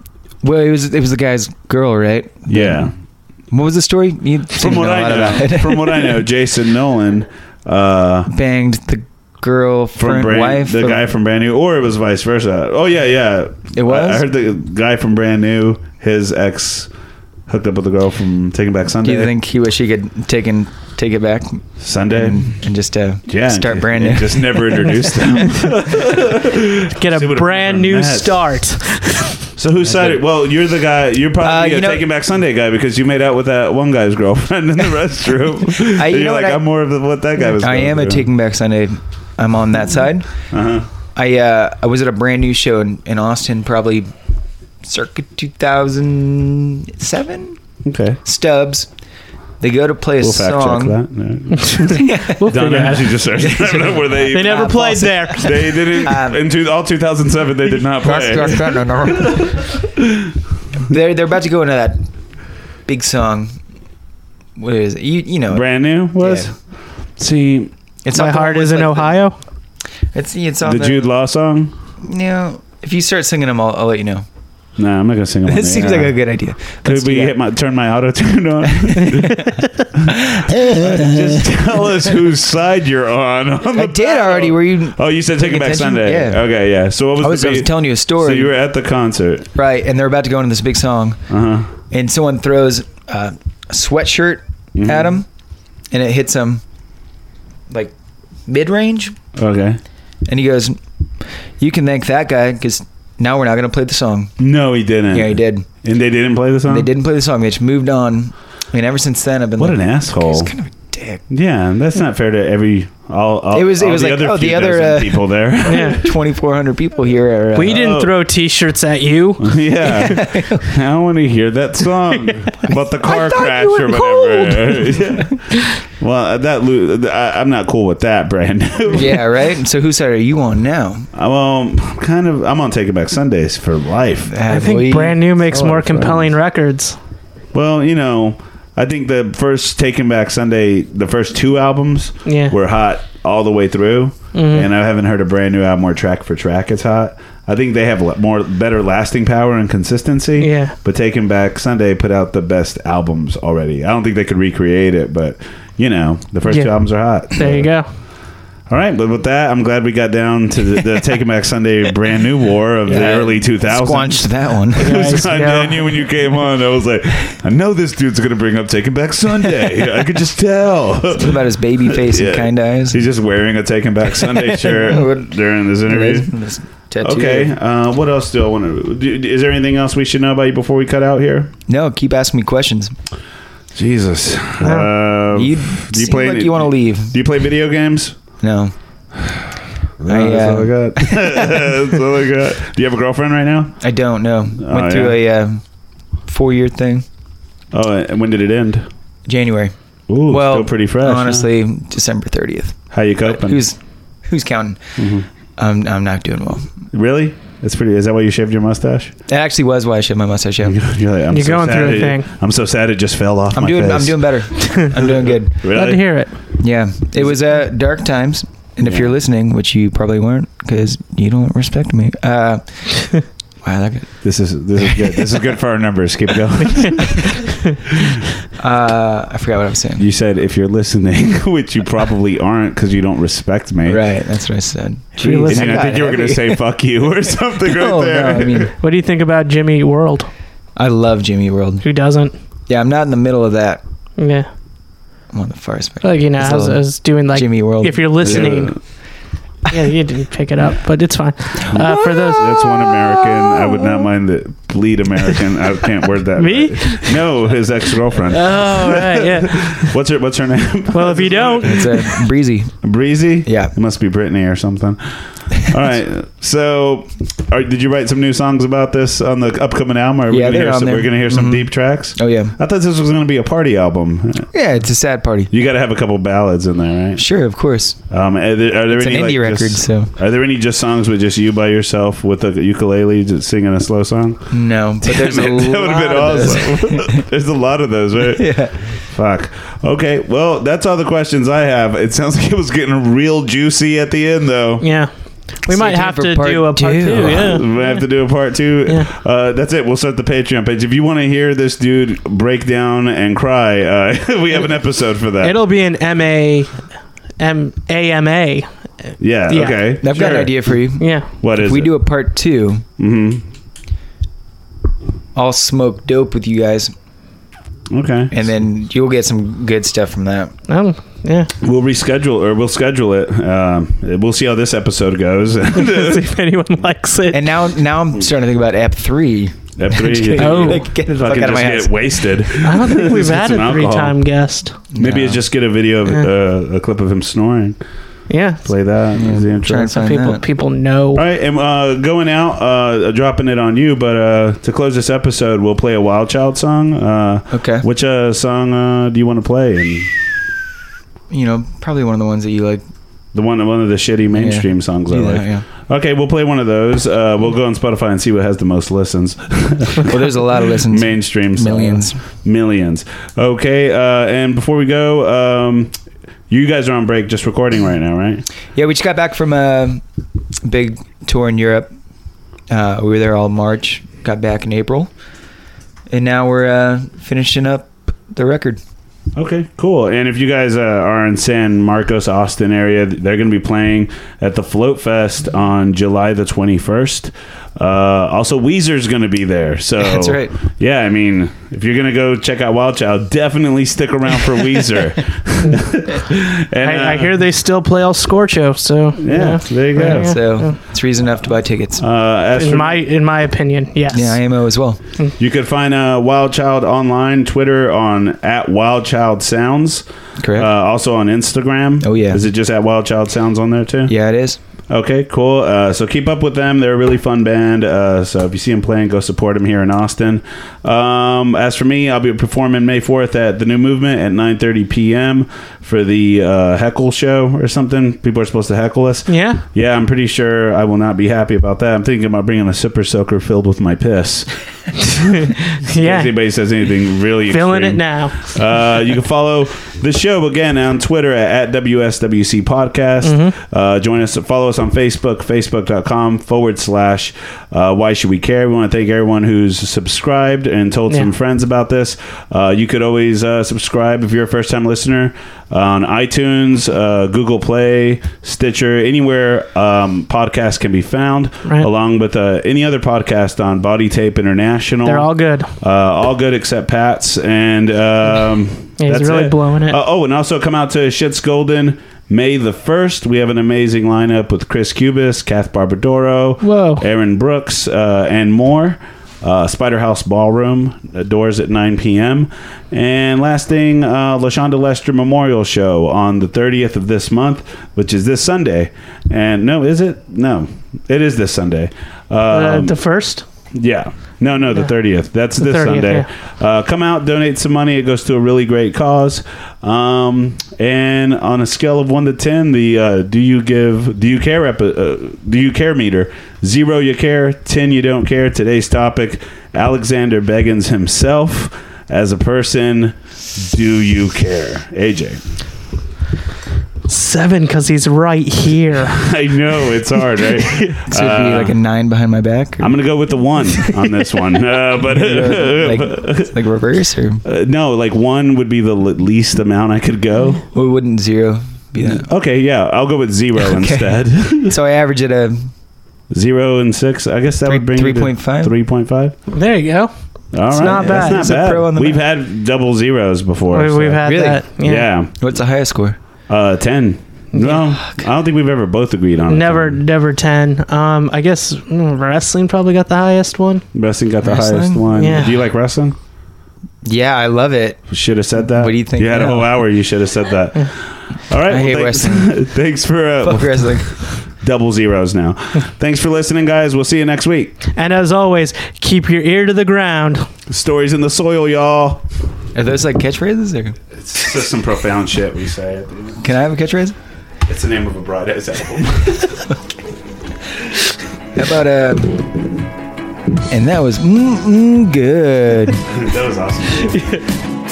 S5: Well, it was it was the guy's girl, right?
S4: yeah,
S5: What was the story? You
S4: from what I know, from what I know, Jason Nolan, uh,
S5: *laughs* banged the girl
S4: from
S5: front
S4: Brand,
S5: wife.
S4: the
S5: of-
S4: guy from Brand New, or it was vice versa. Oh yeah, yeah,
S5: It was?
S4: I, I heard the guy from Brand New, his ex, hooked up with the girl from Taking Back
S5: Do
S4: Sunday.
S5: you think he wish he could take and take it back
S4: Sunday?
S5: and, and just uh,
S4: yeah,
S5: start
S4: and-
S5: brand new?
S4: and *laughs* Just
S5: *laughs*
S4: never introduced them.
S3: Get
S4: See
S3: a
S4: what a
S3: brand new
S4: mess. *laughs*
S3: start.
S4: So who side? Well, you're the guy. You're
S5: Uh,
S4: probably
S5: you
S4: a
S5: know-
S4: Taking Back Sunday guy because you made out with that one guy's girlfriend in
S5: *laughs*
S4: the restroom.
S5: I-
S4: And
S5: you
S4: you're
S5: know
S4: like,
S5: what I-
S4: I'm more of the, what that guy was.
S5: I
S4: going
S5: am a
S4: through."
S5: Taking Back Sunday. I'm on that side.
S4: Uh-huh.
S5: I uh, I was at a brand new show in, in Austin, probably circa 2007.
S4: Okay.
S5: Stubbs. They go to play a
S4: We'll fact
S5: song.
S4: check that. No. *laughs*
S5: *laughs*
S3: We'll
S4: Donna
S3: figure it out.
S4: actually just *laughs* searched. I don't know where they.
S3: *laughs* They never
S5: Ah,
S3: played
S5: false.
S3: there.
S4: They didn't.
S5: Um,
S4: in two, all 2007, they did not play.
S5: *laughs* they're they're about to go into that big song. What is it? You you know it.
S4: Brand new was.
S5: Yeah.
S4: See
S5: It's not
S3: My
S5: the one
S3: heart
S5: with,
S3: is in
S5: like, the-
S3: Ohio.
S5: It's it's on
S4: the Jude Law song.
S5: You know, if you start singing them, I'll, I'll let you know.
S4: No, I'm not gonna
S5: *laughs*
S4: sing it. Uh,
S5: It seems like a good idea.
S4: Oh, Could
S5: Let's
S4: we
S5: do that.
S4: hit my turn my auto tune
S5: *laughs*
S4: on? Just tell us whose side you're on. *laughs* on the
S5: I did
S4: battle.
S5: already. Were you?
S4: Oh, you said take it back
S5: attention?
S4: Sunday.
S5: Yeah.
S4: Okay, yeah. So what was
S5: I was,
S4: the
S5: I was
S4: beat?
S5: telling you a
S4: So
S5: story,
S4: you were at the concert.
S5: right? And they're about to go into this big song,
S4: Uh huh.
S5: and someone throws uh, a sweatshirt
S4: Mm-hmm.
S5: at him, and it hits him like mid range,
S4: Okay.
S5: and he goes, "You can thank that guy because now we're not going to play the song."
S4: No, he didn't.
S5: Yeah, he did.
S4: And they didn't play the song.
S5: They didn't play the song. They just moved on. I mean, ever since then, I've been
S4: What
S5: like,
S4: an asshole.
S5: He's kind of a dick.
S4: Yeah, that's not fair to every all. all
S5: It was- it
S4: all
S5: was
S4: the
S5: like,
S4: other
S5: oh, the
S4: few
S5: other,
S4: dozen
S5: uh,
S4: people there.
S5: *laughs*
S3: Yeah.
S5: 2,400 people here. Are, uh,
S3: We didn't
S4: Oh.
S3: throw T-shirts at you.
S4: *laughs* yeah,
S5: *laughs*
S4: I don't want to hear that song about the car
S5: thought
S4: crash
S5: you
S4: or whatever. *laughs* Yeah. Well, uh, that lo- I, I'm not cool with that brand. *laughs*
S5: *laughs* yeah, right. So whose side are you on now?
S4: I'm um, kind of. I'm on Take It Back Sundays for life.
S3: I think brand new makes
S4: Oh,
S3: more
S4: friends.
S3: compelling records.
S4: Well, you know, I think the first Taken Back Sunday, the first two albums
S3: Yeah. Mm-hmm.
S4: were hot all the way through, and I haven't heard a brand new album where track for track is hot. I think they have le- more better lasting power and consistency.
S3: Yeah.
S4: But Taken Back Sunday put out the best albums already. I don't think they could recreate it, but you know, the first
S3: Yeah.
S4: two albums are hot.
S3: There you go.
S4: All right, but with that, I'm glad we got down to the,
S3: *laughs*
S4: the Taken Back Sunday brand new war of the
S5: Yeah.
S4: early 2000s.
S5: Squanched that
S4: *laughs*
S5: one. *laughs*
S3: Guys,
S4: I
S3: no.
S4: knew when you came on. I was like, I know this dude's gonna bring up Taking Back
S5: *laughs*
S4: Sunday. I could just tell.
S5: Something about his
S4: *laughs*
S5: baby face
S4: Yeah.
S5: and kind eyes.
S4: He's just wearing a Taking Back
S5: *laughs*
S4: Sunday shirt
S5: What-
S4: during this interview.
S5: This tattoo.
S4: Okay, uh, what else do I want to? do- Is there anything else we should know about you before we cut out here?
S5: No, keep asking me questions.
S4: Jesus, uh,
S5: you
S4: do you
S5: seem
S4: play?
S5: like you want to leave.
S4: Do you play video games?
S5: No. I,
S4: No, that's all I
S5: uh, *laughs*
S4: got. *laughs* that's all I got. Do you have a girlfriend right now?
S5: I don't know. Went
S4: Oh,
S5: through a uh, four-year thing.
S4: Oh, and when did it end?
S5: January.
S4: Ooh,
S5: well,
S4: still pretty fresh. huh?
S5: Honestly, December thirtieth.
S4: how you coping?
S5: Who's who's counting?
S4: Mm-hmm.
S5: I'm I'm not doing well.
S4: Really? That's pretty. Is that why you shaved your mustache?
S5: That actually was why I shed my mustache out.
S4: *laughs* You're, like, I'm
S3: You're going
S4: sad
S3: through a
S4: it-
S3: thing.
S4: I'm so sad it just fell off
S5: I'm
S4: my
S5: doing
S4: face.
S5: I'm
S4: *laughs*
S5: doing better. I'm doing good.
S4: Really?
S3: Glad to hear it.
S5: Yeah, it was uh, dark times, and if
S4: Yeah. *laughs*
S5: you're listening, which you probably weren't, because you don't respect me. Uh, Wow, that could,
S4: This is this is good. this is good for our numbers.
S3: *laughs*
S4: Keep going.
S5: *laughs* uh, I forgot what I was saying.
S4: you said if you're listening, *laughs* which you probably aren't because you don't respect me.
S5: Right, that's what I said.
S3: If you're
S5: Jeez,
S4: And
S3: listening-
S4: then I
S5: got
S4: think you were going to
S5: heavy.
S4: say "fuck you" or something
S5: No,
S4: right there.
S5: no, I mean,
S3: What do you think about Jimmy Eat World?
S5: I love Jimmy World.
S3: Who doesn't?
S5: Yeah, I'm not in the middle of that.
S3: Yeah,
S5: I'm on the far spectrum.
S3: like you know,
S5: It's
S3: I was,
S5: a
S3: I was doing like
S5: Jimmy World.
S3: if you're listening, *laughs* yeah, you didn't pick it up, but it's fine. Uh, for those,
S4: That's one American. I would not mind the bleed American. I can't word
S3: *laughs*
S4: that.
S3: Me?
S4: right. No, his ex girlfriend.
S3: oh right, yeah.
S4: What's her What's her name?
S3: Well, if you don't,
S5: it's a breezy.
S4: Breezy.
S5: Yeah.
S4: it must be Brittany or
S5: *laughs*
S4: something. All right. So, are, did you write some new songs about this on the upcoming album? Are we
S5: Yeah,
S4: gonna
S5: they're
S4: hear
S5: on
S4: some,
S5: there.
S4: We're going to hear some
S5: Mhm.
S4: deep tracks.
S5: Oh yeah,
S4: I thought this was going to be a party album.
S5: yeah. It's a sad party.
S4: You got to have a couple ballads in there, right?
S5: Sure, of course.
S4: Um, are there, are there
S5: It's an
S4: any
S5: indie
S4: like,
S5: record,
S4: just-
S5: so
S4: Are there any just songs with just you by yourself with a ukulele just singing a slow song?
S5: no. But *laughs* there's a
S4: Man,
S5: lot
S4: *laughs* that would have been
S5: of those. *laughs*
S4: awesome. There's a lot of those, right?
S5: yeah.
S4: Fuck. Okay, well, that's all the questions I have. It sounds like it was getting real juicy at the end, though.
S3: yeah, we
S5: Stay
S3: might
S5: tuned
S3: have
S5: for
S3: to
S5: part
S3: do a part two.
S5: two.
S3: yeah.
S4: *laughs* We might have to do a part two.
S3: Yeah.
S4: Uh, that's it. We'll start the Patreon page. If you want to hear this dude break down and cry, uh, *laughs* we have an episode for that.
S3: It'll be an M A M A M A.
S4: yeah,
S3: yeah.
S4: Okay.
S5: I've got an idea for you.
S3: Yeah.
S4: What is
S5: If we
S4: it?
S5: do a part two,
S4: Mm-hmm.
S5: I'll smoke dope with you guys,
S4: Okay.
S5: and then you'll get some good stuff from that.
S3: Oh,
S4: *laughs*
S3: yeah.
S4: We'll reschedule or we'll schedule it. Um, we'll see how this episode goes. *laughs*
S5: *laughs*
S4: Ep
S3: See if anyone likes it.
S5: And now, now I'm starting to think about Ep three.
S4: three.
S3: Oh.
S5: Like, *laughs* get the fuck
S4: fucking
S5: out of my
S4: just
S5: house.
S4: get wasted.
S3: I don't
S4: *laughs*
S3: think we've
S4: Just get
S3: had
S4: some
S3: a
S4: alcohol.
S3: three-time guest.
S4: Maybe
S5: No.
S4: it's just get a video of uh, a clip of him snoring.
S3: Yeah.
S4: Play that as the intro.
S5: Try and
S4: All
S5: find
S3: people
S5: that.
S3: people know.
S4: right, and uh, going out, uh, dropping it on you. But uh, to close this episode, we'll play a Wild Child song. Uh,
S5: Okay.
S4: Which uh, song uh, do you want to play? And
S5: You know, probably one of the ones that you like.
S4: the one, one of the shitty mainstream songs I
S5: Do that,
S4: like.
S5: yeah.
S4: Okay, we'll play one of those. Uh, we'll go on Spotify and see what has the most listens.
S5: *laughs* Well, there's a lot
S4: *laughs*
S5: of listens.
S4: mainstream songs.
S5: Millions.
S4: millions okay uh, and before we go um, you guys are on break just recording right now right
S5: Yeah, we just got back from a big tour in Europe. Uh, we were there all March, got back in April, and now we're uh, finishing up the record. *laughs*
S4: okay cool and if you guys uh, are in san marcos austin area they're going to be playing at the float fest on july the 21st uh, also weezer's going to be there so
S5: *laughs* That's right.
S4: yeah i mean if you're going to go check out wild child definitely stick around for
S5: *laughs*
S4: weezer *laughs* and
S3: I, I
S4: uh,
S3: hear they still play El Scorcho, so
S4: yeah, there you go
S3: Yeah.
S5: So it's reason enough to buy tickets.
S4: uh, as
S3: In
S4: for-
S3: my in my opinion, yes.
S5: Yeah, IMO as well.
S4: You could find uh, Wild Child online, Twitter on at Wild Child Sounds, uh,
S5: Correct.
S4: also on Instagram.
S5: Oh, yeah.
S4: is it just at Wild Child Sounds on there too?
S5: yeah, it is.
S4: Okay, cool. Uh, so keep up with them; they're a really fun band. Uh, so if you see them playing, go support them here in Austin. Um, as for me, I'll be performing May fourth at the New Movement at nine thirty p.m. for the uh, heckle show or something. People are supposed to heckle us.
S3: Yeah. *laughs*
S4: Yeah, I'm pretty sure I will not be happy about that. I'm thinking about bringing a super soaker filled with my piss. If
S3: Yeah.
S4: anybody says anything really
S3: Feeling it
S4: extreme.
S3: now.
S4: Uh, you can follow the show again on Twitter at, at WSWC Podcast.
S3: Mm-hmm.
S4: Uh, join us, follow us on Facebook, facebook.com forward slash uh, Why Should We Care? We want to thank everyone who's subscribed and told some
S3: Yeah.
S4: friends about this. Uh, you could always uh, subscribe if you're a first time listener uh, on iTunes, uh, Google Play, Stitcher, anywhere um, podcasts can be found,
S3: Right.
S4: along with uh, any other podcast on Body Tape International.
S3: They're all good.
S4: Uh, all good except Pat's, and um,
S3: Yeah, he's really blowing it.
S4: Uh, oh, and also come out to Shits Golden May the first. We have an amazing lineup with Chris Cubis, Kath Barbadoro,
S3: Whoa.
S4: Aaron Brooks, uh, and more. Uh, Spider House Ballroom uh, doors at 9 p.m. And last thing, uh, Lashonda Lester Memorial Show on the 30th of this month, which is this Sunday. And no, is it? No, it is this Sunday.
S3: Uh,
S4: Um,
S3: the first.
S4: yeah. No, no, the thirtieth. That's this
S3: 30th,
S4: Sunday.
S3: yeah.
S4: Uh, come out, donate some money. It goes to a really great cause. Um, and on a scale of one to ten, the uh, do you give do you care epi- uh, do you care meter zero you care ten you don't care. Today's topic: Alexander Beggins himself as a person. Do you care, AJ?
S3: seven because he's right here.
S4: *laughs* I know it's hard, *laughs* right?
S5: So it'd be
S4: Uh,
S5: like a nine behind my back. Or *laughs*
S4: I'm gonna go with the one on this *laughs* one, uh, but *laughs*
S5: like, like reverse, or
S4: Uh, no, like one would be the l- least amount I could go.
S5: or wouldn't zero be that?
S4: Okay, yeah, I'll go with zero
S5: Okay.
S4: instead. *laughs*
S5: So I average at a
S4: zero and six. I guess that
S5: Three-
S4: would bring three point five.
S5: 3.5?
S4: Three point five.
S3: There you go.
S4: All right,
S3: not bad.
S4: That's
S5: He's a
S4: not bad.
S5: pro on the
S4: We've had double zeros before.
S3: We,
S4: so-
S3: we've had
S5: Really?
S3: that.
S4: yeah,
S5: what's the highest score?
S4: Uh, ten. No, I don't think we've ever both agreed on it.
S3: Never, never ten. Um, I guess mm, wrestling probably got the highest one.
S4: Wrestling got the
S5: Wrestling?
S4: highest one.
S3: Yeah.
S4: Do you like wrestling?
S5: Yeah, I
S4: *laughs*
S5: love it.
S4: Should have said that.
S5: What do you think
S4: You had a
S5: now?
S4: whole hour. You should have said that. All right.
S5: I hate
S4: thanks, *laughs*
S5: wrestling.
S4: thanks for
S5: Fuck
S4: uh,
S5: wrestling.
S4: double zeros now. thanks for listening, guys. We'll see you next week.
S3: And as always, keep your ear to the ground.
S4: Stories in the soil, y'all.
S5: Are those like catchphrases, or
S4: It's just some profound shit we say. at the end.
S5: can I have a catchphrase?
S4: It's the name of a Broadhead's album.
S5: How about uh? And that was mm, mm,
S4: *laughs*
S5: good.
S4: that was awesome.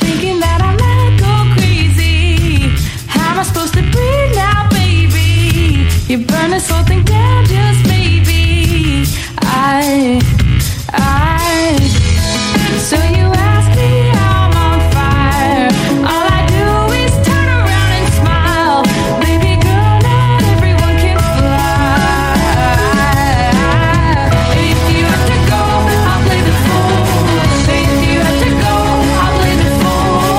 S6: Thinking that I might go crazy. How am I supposed to breathe now, baby? You burn this whole thing down, just maybe. I, I. So you ask me how I'm on fire. All I do is turn around and smile. Baby girl, not everyone can fly. If you have to go, I'll play the fool. If you have to go, I'll play the fool.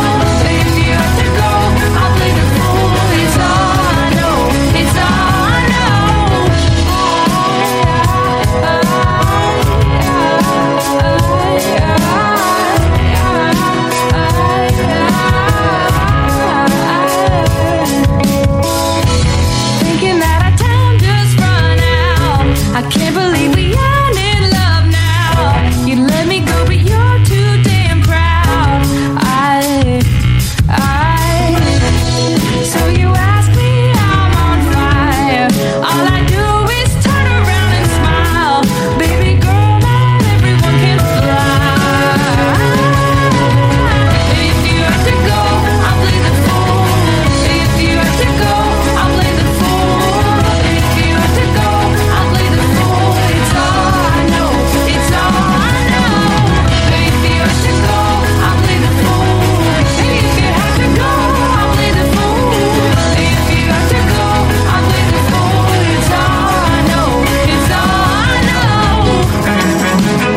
S6: If you have to go, I'll play the fool. It's all I know. It's all I know. Thinking that our time just run out. I can't believe we aren't in love now. You let me go, but you're too damn proud. I, I. So you ask me, I'm on fire. All I do is turn around and smile. Baby girl, not everyone can fly. If you have to go, I'll play the fool. If you have to go, I'll play the fool. If you have to go, I'll play the fool. It's all I know. It's all I know. If you have to go, I'll play the fool. If you have to go, I'll play the fool. If you have to go, I'll play the fool. It's all I know. It's all I know.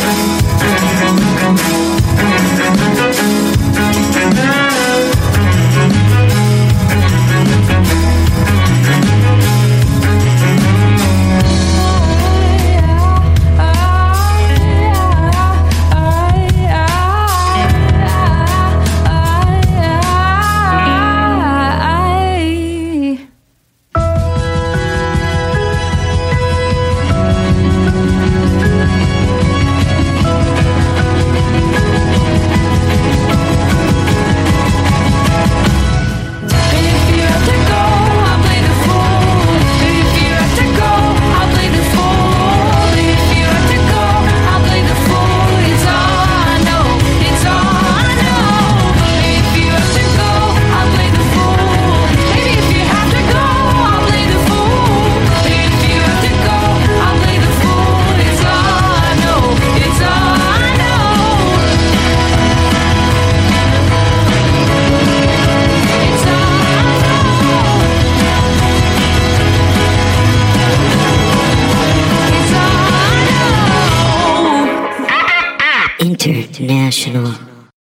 S6: I If you have to go, I'll play the fool. If you have to go, I'll play the fool. If you have to go, I'll play the fool. It's all I know. It's all I know. If you have to go, I'll play the fool. If you have to go, I'll play the fool. If you have to go, I'll play the fool. It's all I know. It's all I know. It's all I know.
S7: International.